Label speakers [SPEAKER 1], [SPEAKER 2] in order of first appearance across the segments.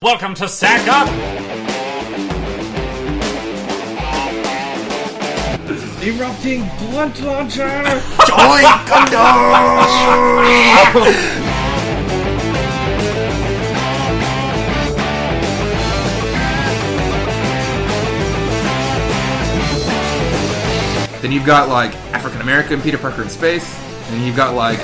[SPEAKER 1] Welcome to Sack Up!
[SPEAKER 2] Erupting blunt launcher!
[SPEAKER 3] Then you've got like African American Peter Parker in space, and then you've got like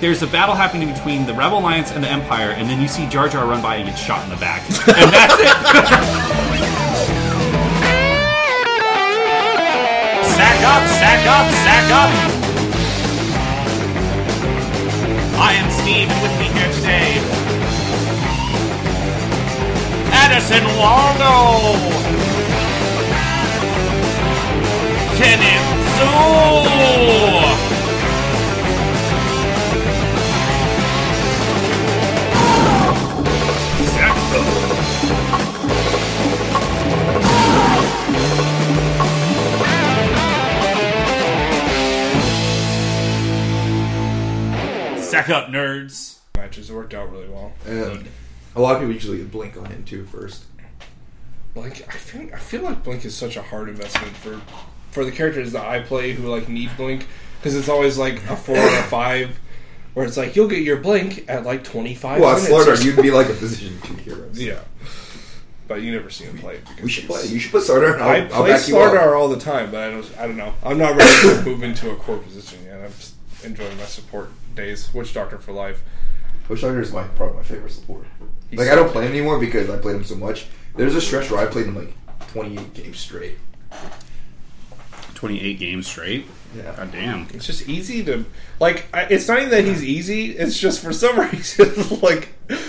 [SPEAKER 1] There's a battle happening between the Rebel Alliance and the Empire, and then you see Jar Jar run by and get shot in the back. And that's it! sack up! Sack up! Sack up! I am Steve, and with me here today, Addison Waldo! Kenneth Zoo! Sack up, nerds.
[SPEAKER 2] Matches worked out really well.
[SPEAKER 4] And a lot of people usually get Blink on in too first.
[SPEAKER 2] Blink, I feel, I feel like Blink is such a hard investment for for the characters that I play who like need Blink because it's always like a four or a five, where it's like you'll get your Blink at like twenty five.
[SPEAKER 4] Well,
[SPEAKER 2] minutes.
[SPEAKER 4] as Slardar,
[SPEAKER 2] or
[SPEAKER 4] you'd be like a position two hero.
[SPEAKER 2] yeah, but you never see him play. Because
[SPEAKER 4] We should play.
[SPEAKER 2] he's-
[SPEAKER 4] You should put Slardar. And I'll,
[SPEAKER 2] I
[SPEAKER 4] I'll
[SPEAKER 2] play
[SPEAKER 4] back you up.
[SPEAKER 2] Slardar all the time, but I don't. I don't know. I'm not ready to move into a core position yet. I'm just enjoying my support days. Witch Doctor for life.
[SPEAKER 4] Bush Doctor is my probably my favorite support.
[SPEAKER 2] He's-
[SPEAKER 4] like I don't play him anymore because I played him so much. There's a stretch where I played him like 28 games straight.
[SPEAKER 1] 28 games straight.
[SPEAKER 4] Yeah.
[SPEAKER 1] God damn.
[SPEAKER 2] It's just easy to like. I, it's not even that he's easy. It's just for some reason, like it,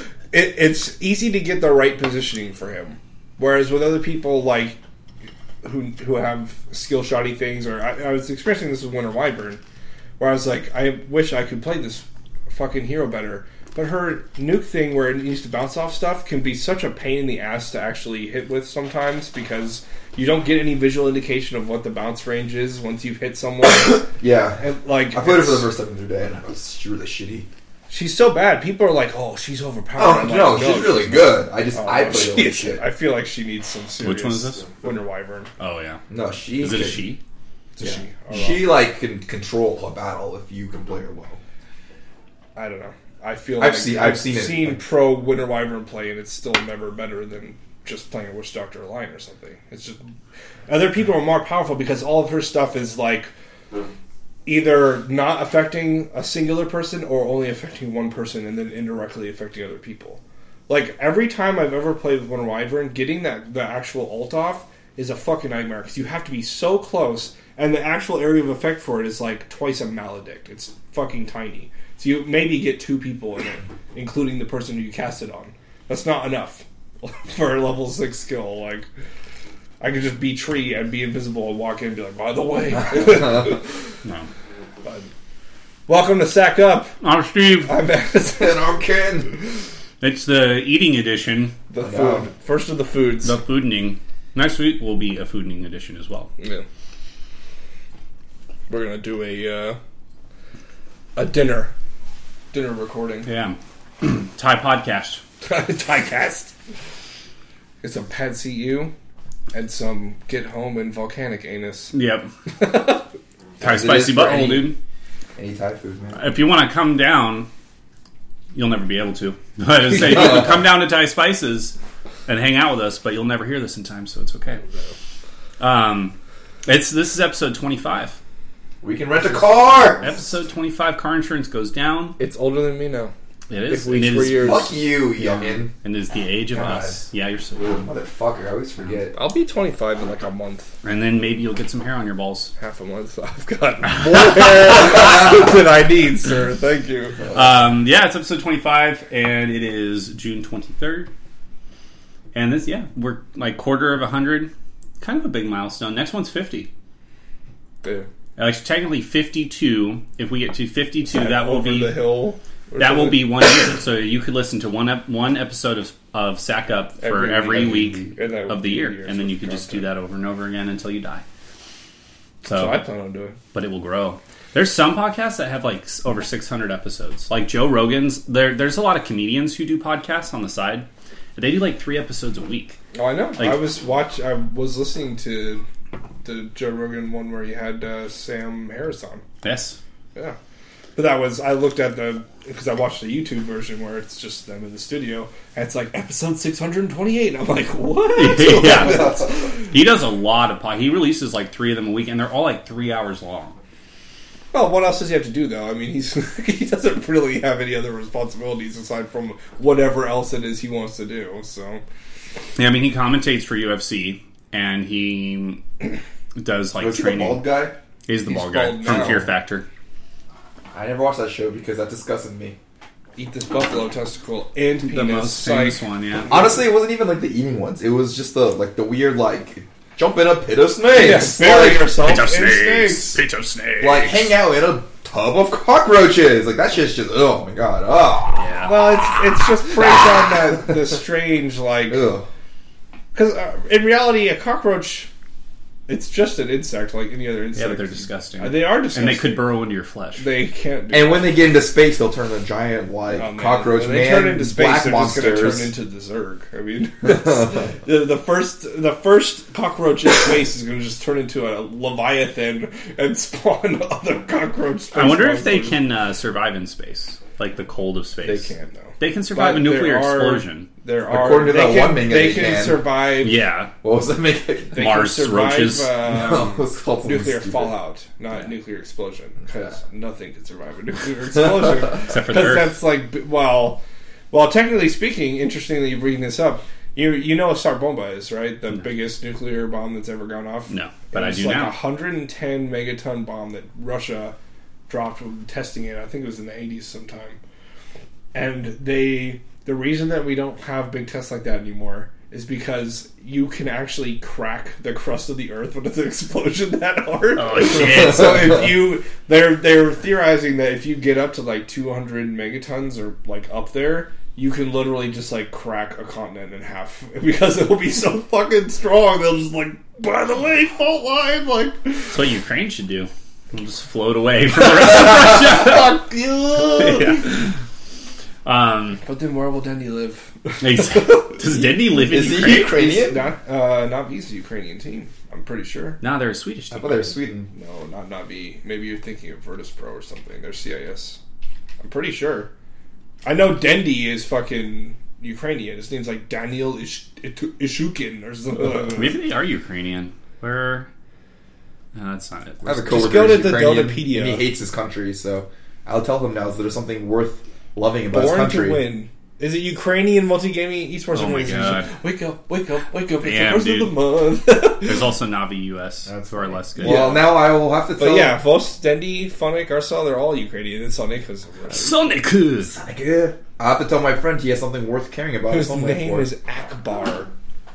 [SPEAKER 2] it's easy to get the right positioning for him. Whereas with other people, like who who have skill shotty things, or I, I was experiencing this with Winter Wyvern, where I was like, I wish I could play this fucking hero better. But her nuke thing, where it needs to bounce off stuff, can be such a pain in the ass to actually hit with sometimes because you don't get any visual indication of what the bounce range is once you've hit someone.
[SPEAKER 4] Yeah.
[SPEAKER 2] And like
[SPEAKER 4] I played it for the
[SPEAKER 2] it's-
[SPEAKER 4] first time the other day, and I was really shitty.
[SPEAKER 2] She's so bad. People are like, "Oh, she's overpowered."
[SPEAKER 4] Oh
[SPEAKER 2] I'm like,
[SPEAKER 4] no, she's really good. I just
[SPEAKER 2] Oh,
[SPEAKER 4] I
[SPEAKER 2] no,
[SPEAKER 4] played
[SPEAKER 2] she
[SPEAKER 4] it
[SPEAKER 2] is-
[SPEAKER 4] shit.
[SPEAKER 2] I feel like she needs some serious.
[SPEAKER 1] one is this?
[SPEAKER 2] Winter Wyvern.
[SPEAKER 1] Oh, yeah.
[SPEAKER 4] No, she
[SPEAKER 1] Is it a
[SPEAKER 4] can-
[SPEAKER 1] she?
[SPEAKER 2] It's a she. Oh,
[SPEAKER 4] She like can control a battle if you can play her well.
[SPEAKER 2] I don't know. I feel.
[SPEAKER 4] I've
[SPEAKER 2] like
[SPEAKER 4] seen- I've seen it.
[SPEAKER 2] pro Winter Wyvern play, and it's still never better than just playing a Witch Doctor line or something. It's just other people are more powerful because all of her stuff is like either not affecting a singular person or only affecting one person, and then indirectly affecting other people. Like every time I've ever played with Winter Wyvern, getting that the actual alt off is a fucking nightmare because you have to be so close, and the actual area of effect for it is like twice a maledict. It's fucking tiny, so you maybe get two people in it, including the person who you cast it on. That's not enough for a level six skill. Like I could just be tree and be invisible and walk in and be like, by the way,
[SPEAKER 1] No.
[SPEAKER 2] welcome to Sack Up.
[SPEAKER 1] I'm Steve.
[SPEAKER 2] I'm Madison.
[SPEAKER 4] And I'm Ken.
[SPEAKER 1] It's the eating edition,
[SPEAKER 2] The
[SPEAKER 4] know.
[SPEAKER 2] food, first of the foods.
[SPEAKER 1] the foodening. Next week will be a foodening edition as well.
[SPEAKER 2] Yeah. We're gonna do a uh, a dinner dinner recording.
[SPEAKER 1] Yeah. Thai podcast.
[SPEAKER 2] Diecast. It's some pad CU and some get home and volcanic anus.
[SPEAKER 1] Yep. Thai
[SPEAKER 4] Is it
[SPEAKER 1] spicy
[SPEAKER 4] is for
[SPEAKER 1] butthole,
[SPEAKER 4] any-
[SPEAKER 1] dude.
[SPEAKER 4] Any Thai food, man.
[SPEAKER 1] If you want to come down, you'll never be able to. But I say, you can come down to Thai Spices and hang out with us, but you'll never hear this in time, so it's okay. Um, it's this is episode twenty five.
[SPEAKER 4] We can rent a car.
[SPEAKER 1] Episode twenty five. Car insurance goes down.
[SPEAKER 2] It's older than me now.
[SPEAKER 1] It is.
[SPEAKER 2] If we-
[SPEAKER 1] and it
[SPEAKER 2] for
[SPEAKER 1] is
[SPEAKER 2] years.
[SPEAKER 4] Fuck you, youngin.
[SPEAKER 1] And it is the age of
[SPEAKER 4] God.
[SPEAKER 1] us. Yeah, you're so.
[SPEAKER 4] Little motherfucker, I always forget.
[SPEAKER 2] I'll be 25 in like a month,
[SPEAKER 1] And then maybe you'll get some hair on your balls.
[SPEAKER 2] half a month. I've got more hair than I need, sir. Thank you.
[SPEAKER 1] Um, yeah, it's episode 25, and it is June 23rd. And this, yeah, we're like quarter of a 100. Kind of a big milestone. Next one's 50.
[SPEAKER 2] Yeah.
[SPEAKER 1] Actually, Uh, technically 52. If we get to 52, that will
[SPEAKER 2] Over
[SPEAKER 1] be
[SPEAKER 2] the hill. or
[SPEAKER 1] that will
[SPEAKER 2] something.
[SPEAKER 1] be one year. So you could listen to one ep- one episode of of Sack Up for
[SPEAKER 2] Every
[SPEAKER 1] every,
[SPEAKER 2] week.
[SPEAKER 1] week
[SPEAKER 2] And that would
[SPEAKER 1] of the
[SPEAKER 2] be
[SPEAKER 1] year,
[SPEAKER 2] years
[SPEAKER 1] and then
[SPEAKER 2] of
[SPEAKER 1] you could just do
[SPEAKER 2] content.
[SPEAKER 1] that over and over again until you die. So,
[SPEAKER 2] So I plan on doing.
[SPEAKER 1] but it will grow. There's some podcasts that have like s- over 600 episodes. Like Joe Rogan's, there there's a lot of comedians who do podcasts on the side. They do like 3 episodes a week.
[SPEAKER 2] Oh, I know.
[SPEAKER 1] Like-
[SPEAKER 2] I was watch. I was listening to the Joe Rogan one where he had uh, Sam Harris on.
[SPEAKER 1] Yes.
[SPEAKER 2] Yeah. But that was I looked at the because I watched the YouTube version where it's just them in the studio and it's like episode 628 and I'm like what?
[SPEAKER 1] yeah. He does a lot of pod. He releases like 3 of them a week and they're all like 3 hours long.
[SPEAKER 2] well, what else does he have to do though? I mean, he's he doesn't really have any other responsibilities aside from whatever else it is he wants to do. So
[SPEAKER 1] Yeah, I mean, he commentates for UFC and he does like
[SPEAKER 4] Was Oh, he the
[SPEAKER 1] training.
[SPEAKER 4] bald guy?
[SPEAKER 1] He's the
[SPEAKER 2] He's
[SPEAKER 1] bald guy
[SPEAKER 2] bald
[SPEAKER 1] from
[SPEAKER 2] now.
[SPEAKER 1] Fear Factor.
[SPEAKER 4] I never watched that show because that disgusted me.
[SPEAKER 2] eat this buffalo testicle and penis.
[SPEAKER 1] The most
[SPEAKER 2] Psych.
[SPEAKER 1] famous one, yeah.
[SPEAKER 4] Honestly, it wasn't even like the eating ones. It was just the like the weird like jump in a pit of
[SPEAKER 2] Yeah,
[SPEAKER 4] snakes,
[SPEAKER 2] bury
[SPEAKER 4] like,
[SPEAKER 2] yourself in snakes.
[SPEAKER 1] Pit of snakes.
[SPEAKER 4] like hang out in a tub of cockroaches. Like that shit's just oh my god, ah,
[SPEAKER 1] Yeah.
[SPEAKER 2] Well, it's it's just preys on that the strange like
[SPEAKER 4] ugh.
[SPEAKER 2] Because uh, in reality, a cockroach, it's just an insect like any other insect.
[SPEAKER 1] yeah, but they're disgusting.
[SPEAKER 2] Uh, They are
[SPEAKER 1] and
[SPEAKER 2] disgusting.
[SPEAKER 1] they could burrow into your flesh.
[SPEAKER 2] They can't. Do
[SPEAKER 4] And when they get into space, they'll turn into giant like
[SPEAKER 2] Oh, man.
[SPEAKER 4] cockroach
[SPEAKER 2] When
[SPEAKER 4] man,
[SPEAKER 2] They turn into space.
[SPEAKER 4] black
[SPEAKER 2] they're
[SPEAKER 4] monsters.
[SPEAKER 2] just going to turn into the Zerg. I mean, that's- the, the first the first cockroach in space is going to just turn into a leviathan and spawn other cockroach. Space
[SPEAKER 1] I wonder if they
[SPEAKER 2] monsters.
[SPEAKER 1] can uh, survive in space, like the cold of
[SPEAKER 2] They
[SPEAKER 1] space.
[SPEAKER 2] can though.
[SPEAKER 1] They can survive a
[SPEAKER 2] But
[SPEAKER 1] nuclear
[SPEAKER 2] there are-
[SPEAKER 1] explosion.
[SPEAKER 2] There are
[SPEAKER 4] According to
[SPEAKER 2] they
[SPEAKER 4] that
[SPEAKER 2] can,
[SPEAKER 4] one manga, they
[SPEAKER 2] can,
[SPEAKER 4] can.
[SPEAKER 2] survive.
[SPEAKER 1] Yeah,
[SPEAKER 4] What was that make?
[SPEAKER 2] They
[SPEAKER 1] Mars
[SPEAKER 2] can survive,
[SPEAKER 1] roaches.
[SPEAKER 2] um,
[SPEAKER 4] It's called something
[SPEAKER 2] nuclear
[SPEAKER 4] stupid.
[SPEAKER 2] fallout, not nuclear explosion, because
[SPEAKER 4] Yeah.
[SPEAKER 2] nothing can survive a nuclear explosion.
[SPEAKER 1] Except for the
[SPEAKER 2] Because
[SPEAKER 1] Earth.
[SPEAKER 2] that's like, b- well, well, technically speaking, interesting that you bring this up. You you know what Tsar Bomba is, right? The biggest nuclear bomb that's ever gone off.
[SPEAKER 1] No, but
[SPEAKER 2] It
[SPEAKER 1] I
[SPEAKER 2] was
[SPEAKER 1] do
[SPEAKER 2] like
[SPEAKER 1] now.
[SPEAKER 2] A 110 megaton bomb that Russia dropped when testing it. I think it was in the 80s sometime. And they the reason that we don't have big tests like that anymore is because you can actually crack the crust of the earth with an explosion that hard.
[SPEAKER 1] Oh, shit.
[SPEAKER 2] so if you they're they're theorizing that if you get up to like 200 megatons or like up there you can literally just like crack a continent in half because it'll be so fucking strong they'll just like by the way fault line like
[SPEAKER 1] that's what Ukraine should do. We'll just float away for the rest
[SPEAKER 2] fuck you
[SPEAKER 1] of the Um,
[SPEAKER 2] but then where will Denny live
[SPEAKER 1] ex- does Denny live in
[SPEAKER 4] Is
[SPEAKER 1] Ukraine?
[SPEAKER 4] he Ukrainian?
[SPEAKER 2] not uh not he's a Ukrainian team I'm pretty sure
[SPEAKER 1] No, they're a Swedish
[SPEAKER 4] I
[SPEAKER 1] team.
[SPEAKER 4] thought they were Oh, Sweden.
[SPEAKER 2] no not not V maybe you're thinking of Virtus Pro or something they're CIS I'm pretty sure I know Dendy is fucking Ukrainian. His name's like Daniel Ish- Itu- Ishukin or
[SPEAKER 1] Uh,
[SPEAKER 2] something.
[SPEAKER 1] Maybe they are Ukrainian. Where? No, that's not it.
[SPEAKER 4] I have a
[SPEAKER 2] Just
[SPEAKER 4] coworker
[SPEAKER 2] go to
[SPEAKER 4] who's
[SPEAKER 2] the
[SPEAKER 4] Ukrainian,
[SPEAKER 2] Deltapedia.
[SPEAKER 4] and he hates his country, so I'll tell him now that there's something worth loving about his
[SPEAKER 2] Born
[SPEAKER 4] country.
[SPEAKER 2] to win. Is it Ukrainian multi-gaming esports
[SPEAKER 1] Oh my
[SPEAKER 2] organization?
[SPEAKER 1] God.
[SPEAKER 2] Wake up, wake up, wake up! It's
[SPEAKER 1] Damn,
[SPEAKER 2] the first
[SPEAKER 1] dude.
[SPEAKER 2] of the month.
[SPEAKER 1] There's also Navi US,
[SPEAKER 4] That's
[SPEAKER 1] who are less good.
[SPEAKER 4] Well, now I will have to
[SPEAKER 2] but
[SPEAKER 4] tell.
[SPEAKER 2] yeah, Vos, Dendi, Fonic, Arsal, they're all Ukrainian. It's Sonic because
[SPEAKER 1] Sonic Who's.
[SPEAKER 4] Yeah. I have to tell my friend he has something worth caring about.
[SPEAKER 2] his
[SPEAKER 4] homeland
[SPEAKER 2] name
[SPEAKER 4] for.
[SPEAKER 2] is Akbar.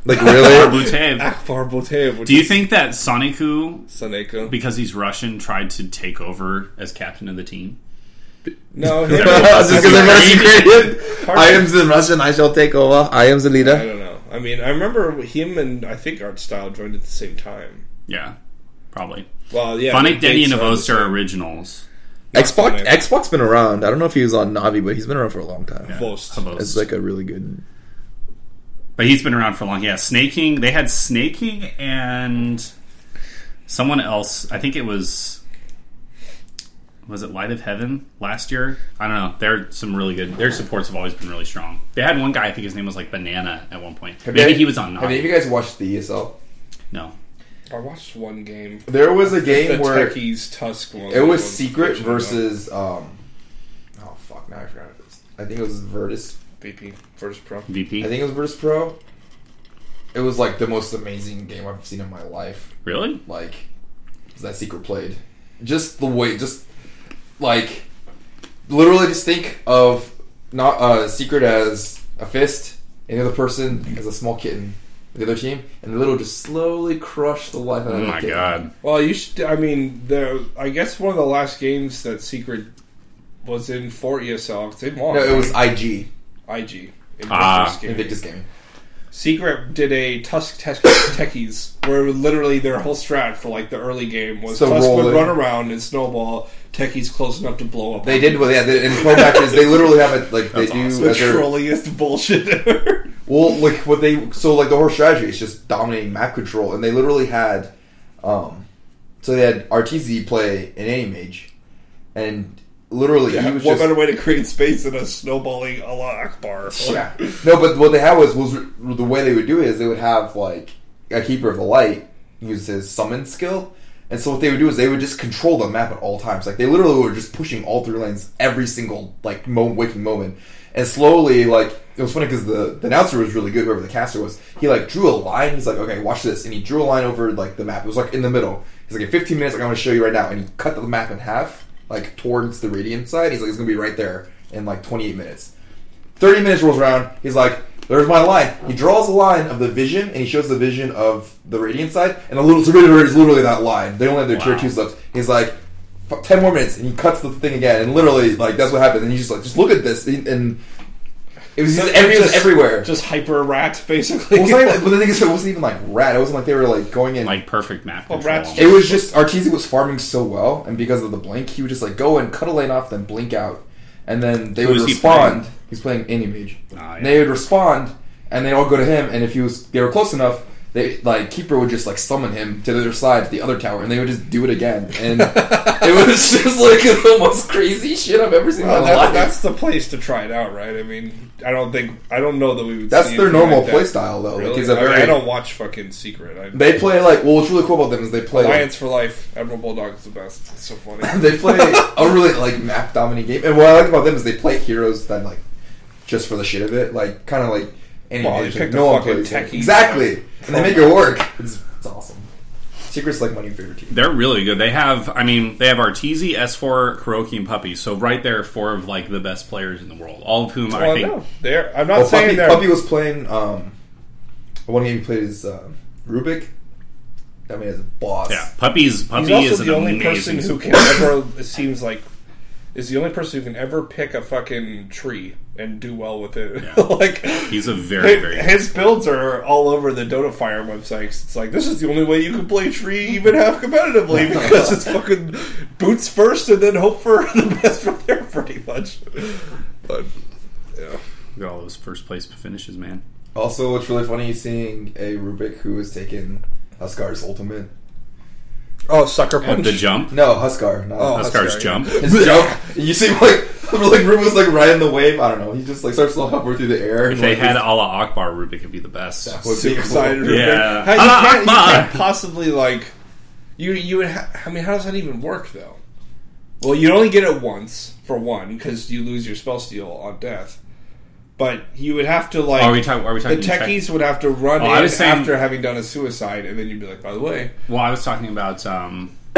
[SPEAKER 4] like really.
[SPEAKER 1] Butev.
[SPEAKER 2] Akbar Botev. which
[SPEAKER 1] Do you
[SPEAKER 2] is
[SPEAKER 1] think that Sonic Who,
[SPEAKER 2] Soneko?
[SPEAKER 1] because he's Russian, tried to take over as captain of the team?
[SPEAKER 2] no,
[SPEAKER 1] Yeah.
[SPEAKER 2] him-
[SPEAKER 1] Just
[SPEAKER 2] I
[SPEAKER 4] Just 'cause
[SPEAKER 2] mean,
[SPEAKER 4] I'm
[SPEAKER 1] Ukrainian.
[SPEAKER 4] Ukrainian, I am the Russian. I shall take over. I am the
[SPEAKER 2] I
[SPEAKER 4] leader.
[SPEAKER 2] don't know. I mean, I remember him and I think Art Style joined at the same time.
[SPEAKER 1] Yeah, probably.
[SPEAKER 2] Well, yeah,
[SPEAKER 1] Funnick, Denny, and
[SPEAKER 2] dates are the
[SPEAKER 1] Avost
[SPEAKER 2] same.
[SPEAKER 1] are originals.
[SPEAKER 4] Xbox.
[SPEAKER 2] Sonic.
[SPEAKER 4] Xbox been around. I don't know if he was on Navi, but he's been around for a long time.
[SPEAKER 1] Yeah,
[SPEAKER 2] Vost.
[SPEAKER 1] Avost.
[SPEAKER 4] It's like a really good.
[SPEAKER 1] but he's been around for long. Yeah, Snaking. They had Snaking and someone else. I think it was. Was it Light of Heaven last year? I don't know. They're some really good. Their supports have always been really strong. They had one guy. I think his name was like Banana at one point. Maybe he was on.
[SPEAKER 4] Have any
[SPEAKER 1] Navi.
[SPEAKER 4] of you guys watched the E ESL?
[SPEAKER 1] No.
[SPEAKER 2] I watched one game.
[SPEAKER 4] There was a
[SPEAKER 2] The
[SPEAKER 4] game where
[SPEAKER 2] Techies Tusk one.
[SPEAKER 4] it was
[SPEAKER 2] one
[SPEAKER 4] Secret
[SPEAKER 2] version of
[SPEAKER 4] versus. um Oh fuck! Now I forgot. It was, I think it was Virtus
[SPEAKER 2] VP Virtus Pro.
[SPEAKER 1] VP.
[SPEAKER 4] I think it was Versus Pro. It was like the most amazing game I've seen in my life.
[SPEAKER 1] really?
[SPEAKER 4] Like that secret played. Just the way, just like literally, just think of not uh, secret as a fist, and the other person as a small kitten, the other team, and the little just slowly crush the life out of
[SPEAKER 1] Oh
[SPEAKER 4] the
[SPEAKER 1] my
[SPEAKER 4] kitten.
[SPEAKER 1] god.
[SPEAKER 2] Well, you should. I mean, the I guess one of the last games that Secret was in for ESL 'cause they
[SPEAKER 4] No,
[SPEAKER 2] lost.
[SPEAKER 4] it was IG
[SPEAKER 2] IG. Invictus
[SPEAKER 1] Ah.
[SPEAKER 2] game.
[SPEAKER 4] Invictus Gaming.
[SPEAKER 2] Secret did a Tusk Tech- Techies where literally their whole strat for like the early game was
[SPEAKER 4] So
[SPEAKER 2] Tusk
[SPEAKER 4] roll
[SPEAKER 2] would
[SPEAKER 4] it.
[SPEAKER 2] run around and snowball Techies close enough to blow up.
[SPEAKER 4] They did what, yeah. They, in pro matches, they literally have it like they do
[SPEAKER 2] the
[SPEAKER 4] as their
[SPEAKER 2] trolliest bullshit ever.
[SPEAKER 4] well, like what they so like the whole strategy is just dominating map control, and they literally had, um, so they had RTZ play an anti mage, and literally he
[SPEAKER 2] Yeah,
[SPEAKER 4] was
[SPEAKER 2] what
[SPEAKER 4] just
[SPEAKER 2] better way to create space than a snowballing Allah Akbar?
[SPEAKER 4] Yeah. No, but what they had was was the way they would do it is they would have like a keeper of the light use his summon skill, and so what they would do is they would just control the map at all times. Like they literally were just pushing all three lanes every single like mo- waking moment, and slowly like it was funny because the, the announcer was really good. Whoever the caster was, he like drew a line. He's like, okay, watch this, and he drew a line over like the map. It was like in the middle. He's like, in 15 minutes, like, I'm going to show you right now, and he cut the map in half. Like towards the radiant side, he's like, it's gonna be right there in like 28 minutes. 30 minutes rolls around. He's like, there's my line. He draws a line of the vision, and he shows the vision of the radiant side, and the little Zeritor is literally that line. They only have their tier
[SPEAKER 1] Wow.
[SPEAKER 4] twos left. He's like, "F- 10 more minutes, and he cuts the thing again, and literally, like, that's what happened. And he's just like, just look at this. And, and it was just, every, it was everywhere. Just,
[SPEAKER 2] Just hyper rat, basically.
[SPEAKER 4] well, it's not even, but the thing is, it wasn't even like rat. It wasn't like they were like going in.
[SPEAKER 1] like perfect map
[SPEAKER 2] Well,
[SPEAKER 1] control.
[SPEAKER 2] rats-
[SPEAKER 4] It was just Arteezy was farming so well, and because of the blink, he would just like go and cut a lane off, then blink out, and then they
[SPEAKER 1] Who
[SPEAKER 4] would
[SPEAKER 1] is he
[SPEAKER 4] respond.
[SPEAKER 1] playing?
[SPEAKER 4] He's playing any mage.
[SPEAKER 1] Ah, yeah.
[SPEAKER 4] They would respond, and they all go to him. And if he was, they were close enough. They like keeper would just like summon him to the other side, to the other tower, and they would just do it again. And it was just like the most crazy shit I've ever seen
[SPEAKER 2] Well,
[SPEAKER 4] in my
[SPEAKER 2] that,
[SPEAKER 4] life.
[SPEAKER 2] that's
[SPEAKER 4] That's,
[SPEAKER 2] the place to try it out, right? I mean, I don't think I don't know that we would. see
[SPEAKER 4] their
[SPEAKER 2] anything
[SPEAKER 4] normal
[SPEAKER 2] like that.
[SPEAKER 4] play style, though.
[SPEAKER 2] Really?
[SPEAKER 4] Like it's a
[SPEAKER 2] I mean,
[SPEAKER 4] very
[SPEAKER 2] I don't watch fucking Secret. I,
[SPEAKER 4] they play like well. What's really cool about them is they play
[SPEAKER 2] Alliance for Life, Admiral Bulldog is the best. It's so funny.
[SPEAKER 4] they play a really like map dominating game. And what I like about them is they play heroes that like just for the shit of it, like kind of like any
[SPEAKER 2] Well, they
[SPEAKER 4] nation.
[SPEAKER 2] picked a
[SPEAKER 4] no one
[SPEAKER 2] fucking
[SPEAKER 4] plays it.
[SPEAKER 2] techie,
[SPEAKER 4] exactly,
[SPEAKER 2] uh,
[SPEAKER 4] and they make it work. It's, it's awesome. Secret's like my new favorite team.
[SPEAKER 1] They're really good. They have, I mean, they have Arteezy, S4, Kuroki, and Puppy. So right there, four of like the best players in the world, all of whom
[SPEAKER 2] Well,
[SPEAKER 1] I think.
[SPEAKER 2] no, they're. I'm not
[SPEAKER 4] Well,
[SPEAKER 2] saying
[SPEAKER 4] Puppy,
[SPEAKER 2] they're.
[SPEAKER 4] Puppy was playing um, one game he played is uh, Rubik. I mean, is a boss.
[SPEAKER 1] Yeah, Puppy's Puppy
[SPEAKER 2] he's also
[SPEAKER 1] is an
[SPEAKER 2] the only
[SPEAKER 1] amazing
[SPEAKER 2] person who can ever. It seems like is the only person who can ever pick a fucking tree and do well with it. like
[SPEAKER 1] He's a very,
[SPEAKER 2] Hey,
[SPEAKER 1] very
[SPEAKER 2] his builds are all over the Dota Fire websites. It's like this is the only way you can play Tree even half competitively because it's fucking boots first and then hope for the best from there, pretty much. But yeah,
[SPEAKER 1] Look at all those first place finishes, man.
[SPEAKER 4] Also, what's really funny is seeing a Rubik who has taken Huskar's ultimate.
[SPEAKER 2] oh sucker
[SPEAKER 1] At
[SPEAKER 2] punch.
[SPEAKER 1] the jump,
[SPEAKER 4] No, Huskar. Not
[SPEAKER 2] Oh,
[SPEAKER 1] Oscar's
[SPEAKER 2] Huskar, yeah.
[SPEAKER 1] jump.
[SPEAKER 4] his jump. You see, like, like Ruben's like riding the wave. I don't know. He just like starts to hover through the air.
[SPEAKER 1] If they had a la Akbar, Rubik would be the best.
[SPEAKER 4] would be
[SPEAKER 2] Suicide.
[SPEAKER 4] cool.
[SPEAKER 1] Yeah.
[SPEAKER 2] How- you,
[SPEAKER 1] Ah,
[SPEAKER 2] can't, you
[SPEAKER 1] ah,
[SPEAKER 2] can't
[SPEAKER 1] ah.
[SPEAKER 2] possibly like you. You would. Ha- I mean, how does that even work though? Well, you only get it once for one because you lose your spell steal on death. But you would have to like.
[SPEAKER 1] Are we talking? Are we
[SPEAKER 2] The
[SPEAKER 1] talking? tech-
[SPEAKER 2] techies would have to run
[SPEAKER 1] Oh,
[SPEAKER 2] in
[SPEAKER 1] I was saying-
[SPEAKER 2] after having done a suicide, and then you'd be like, "By the way,
[SPEAKER 1] Well, I was talking about um,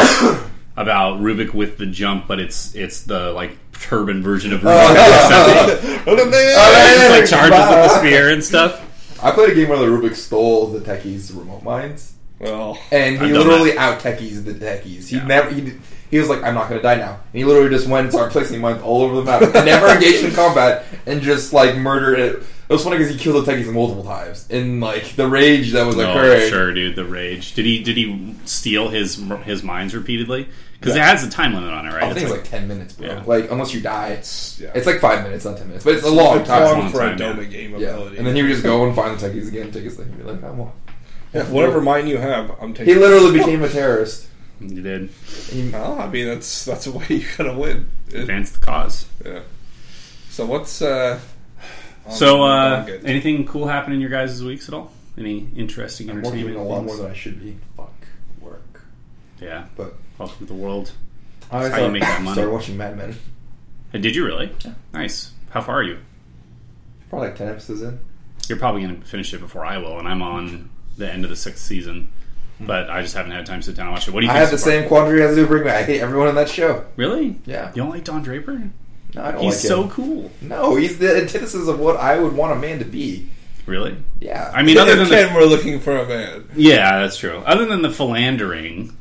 [SPEAKER 1] about Rubik with the jump, but it's it's the like turban version of
[SPEAKER 4] Oh.
[SPEAKER 1] Rubik. Except it just, like charges with the spear and stuff.
[SPEAKER 4] I played a game where the Rubik stole the techies' remote mines,
[SPEAKER 2] well,
[SPEAKER 4] and he
[SPEAKER 1] I've done
[SPEAKER 4] literally out techies the techies. He
[SPEAKER 1] Yeah.
[SPEAKER 4] never he, did- he was like, "I'm not gonna die now," and he literally just went and started placing mines all over the map, and never engaged in combat, and just like murdered it. It was funny because he killed the techies multiple times, and like the rage that was
[SPEAKER 1] Oh,
[SPEAKER 4] occurring.
[SPEAKER 1] sure, dude. The rage. Did he did he steal his his mines repeatedly? Because it has a time limit on it, right?
[SPEAKER 4] I
[SPEAKER 1] It's
[SPEAKER 4] think it's
[SPEAKER 1] like-
[SPEAKER 4] like ten minutes, bro.
[SPEAKER 1] Yeah.
[SPEAKER 4] Like unless you die,
[SPEAKER 2] it's,
[SPEAKER 4] it's
[SPEAKER 2] yeah.
[SPEAKER 4] it's like five minutes, not ten minutes, but it's a long
[SPEAKER 2] It's
[SPEAKER 4] time.
[SPEAKER 2] long
[SPEAKER 1] long
[SPEAKER 2] for
[SPEAKER 1] time,
[SPEAKER 2] a
[SPEAKER 1] yeah.
[SPEAKER 2] Dota game
[SPEAKER 4] Yeah,
[SPEAKER 2] ability."
[SPEAKER 4] and then he would just go and find the techies again, take his thing, and be like, "I'm off."
[SPEAKER 2] Yeah, whatever mine you have, I'm taking.
[SPEAKER 4] He literally became a terrorist.
[SPEAKER 1] you did
[SPEAKER 4] He-
[SPEAKER 2] Well, I mean, that's that's a way you gotta win. It-
[SPEAKER 1] advance the cause.
[SPEAKER 2] yeah. So what's uh? on-
[SPEAKER 1] So, uh,
[SPEAKER 2] on good?
[SPEAKER 1] anything cool happen in your guys' weeks at all? Any interesting
[SPEAKER 4] I'm working
[SPEAKER 1] entertainment?
[SPEAKER 4] a lot
[SPEAKER 1] things?
[SPEAKER 4] more than I should be. Fuck work.
[SPEAKER 1] Yeah,
[SPEAKER 4] But
[SPEAKER 1] welcome to the world.
[SPEAKER 4] I
[SPEAKER 1] how you make that money.
[SPEAKER 4] started watching Mad Men.
[SPEAKER 1] Hey, Uh, did you really? Nice. How far are you?
[SPEAKER 4] Probably like ten episodes in.
[SPEAKER 1] You're probably going to finish it before I will, and I'm on the end of the sixth season. But I just haven't had time to sit down and watch it. What do you
[SPEAKER 4] Hmm. I
[SPEAKER 1] think?
[SPEAKER 4] have the
[SPEAKER 1] so far?
[SPEAKER 4] same quandary as I do Brinkman. I hate everyone on that show.
[SPEAKER 1] Really?
[SPEAKER 4] Yeah.
[SPEAKER 1] You don't like Don Draper?
[SPEAKER 4] No, I don't
[SPEAKER 1] He's
[SPEAKER 4] like
[SPEAKER 1] so
[SPEAKER 4] him.
[SPEAKER 1] cool.
[SPEAKER 4] No, he's the antithesis of what I would want a man to be.
[SPEAKER 1] Really?
[SPEAKER 4] Yeah.
[SPEAKER 1] I mean, other
[SPEAKER 2] If
[SPEAKER 1] than
[SPEAKER 2] Ken
[SPEAKER 1] the,
[SPEAKER 2] we're looking for a man.
[SPEAKER 1] yeah, that's true. Other than the philandering,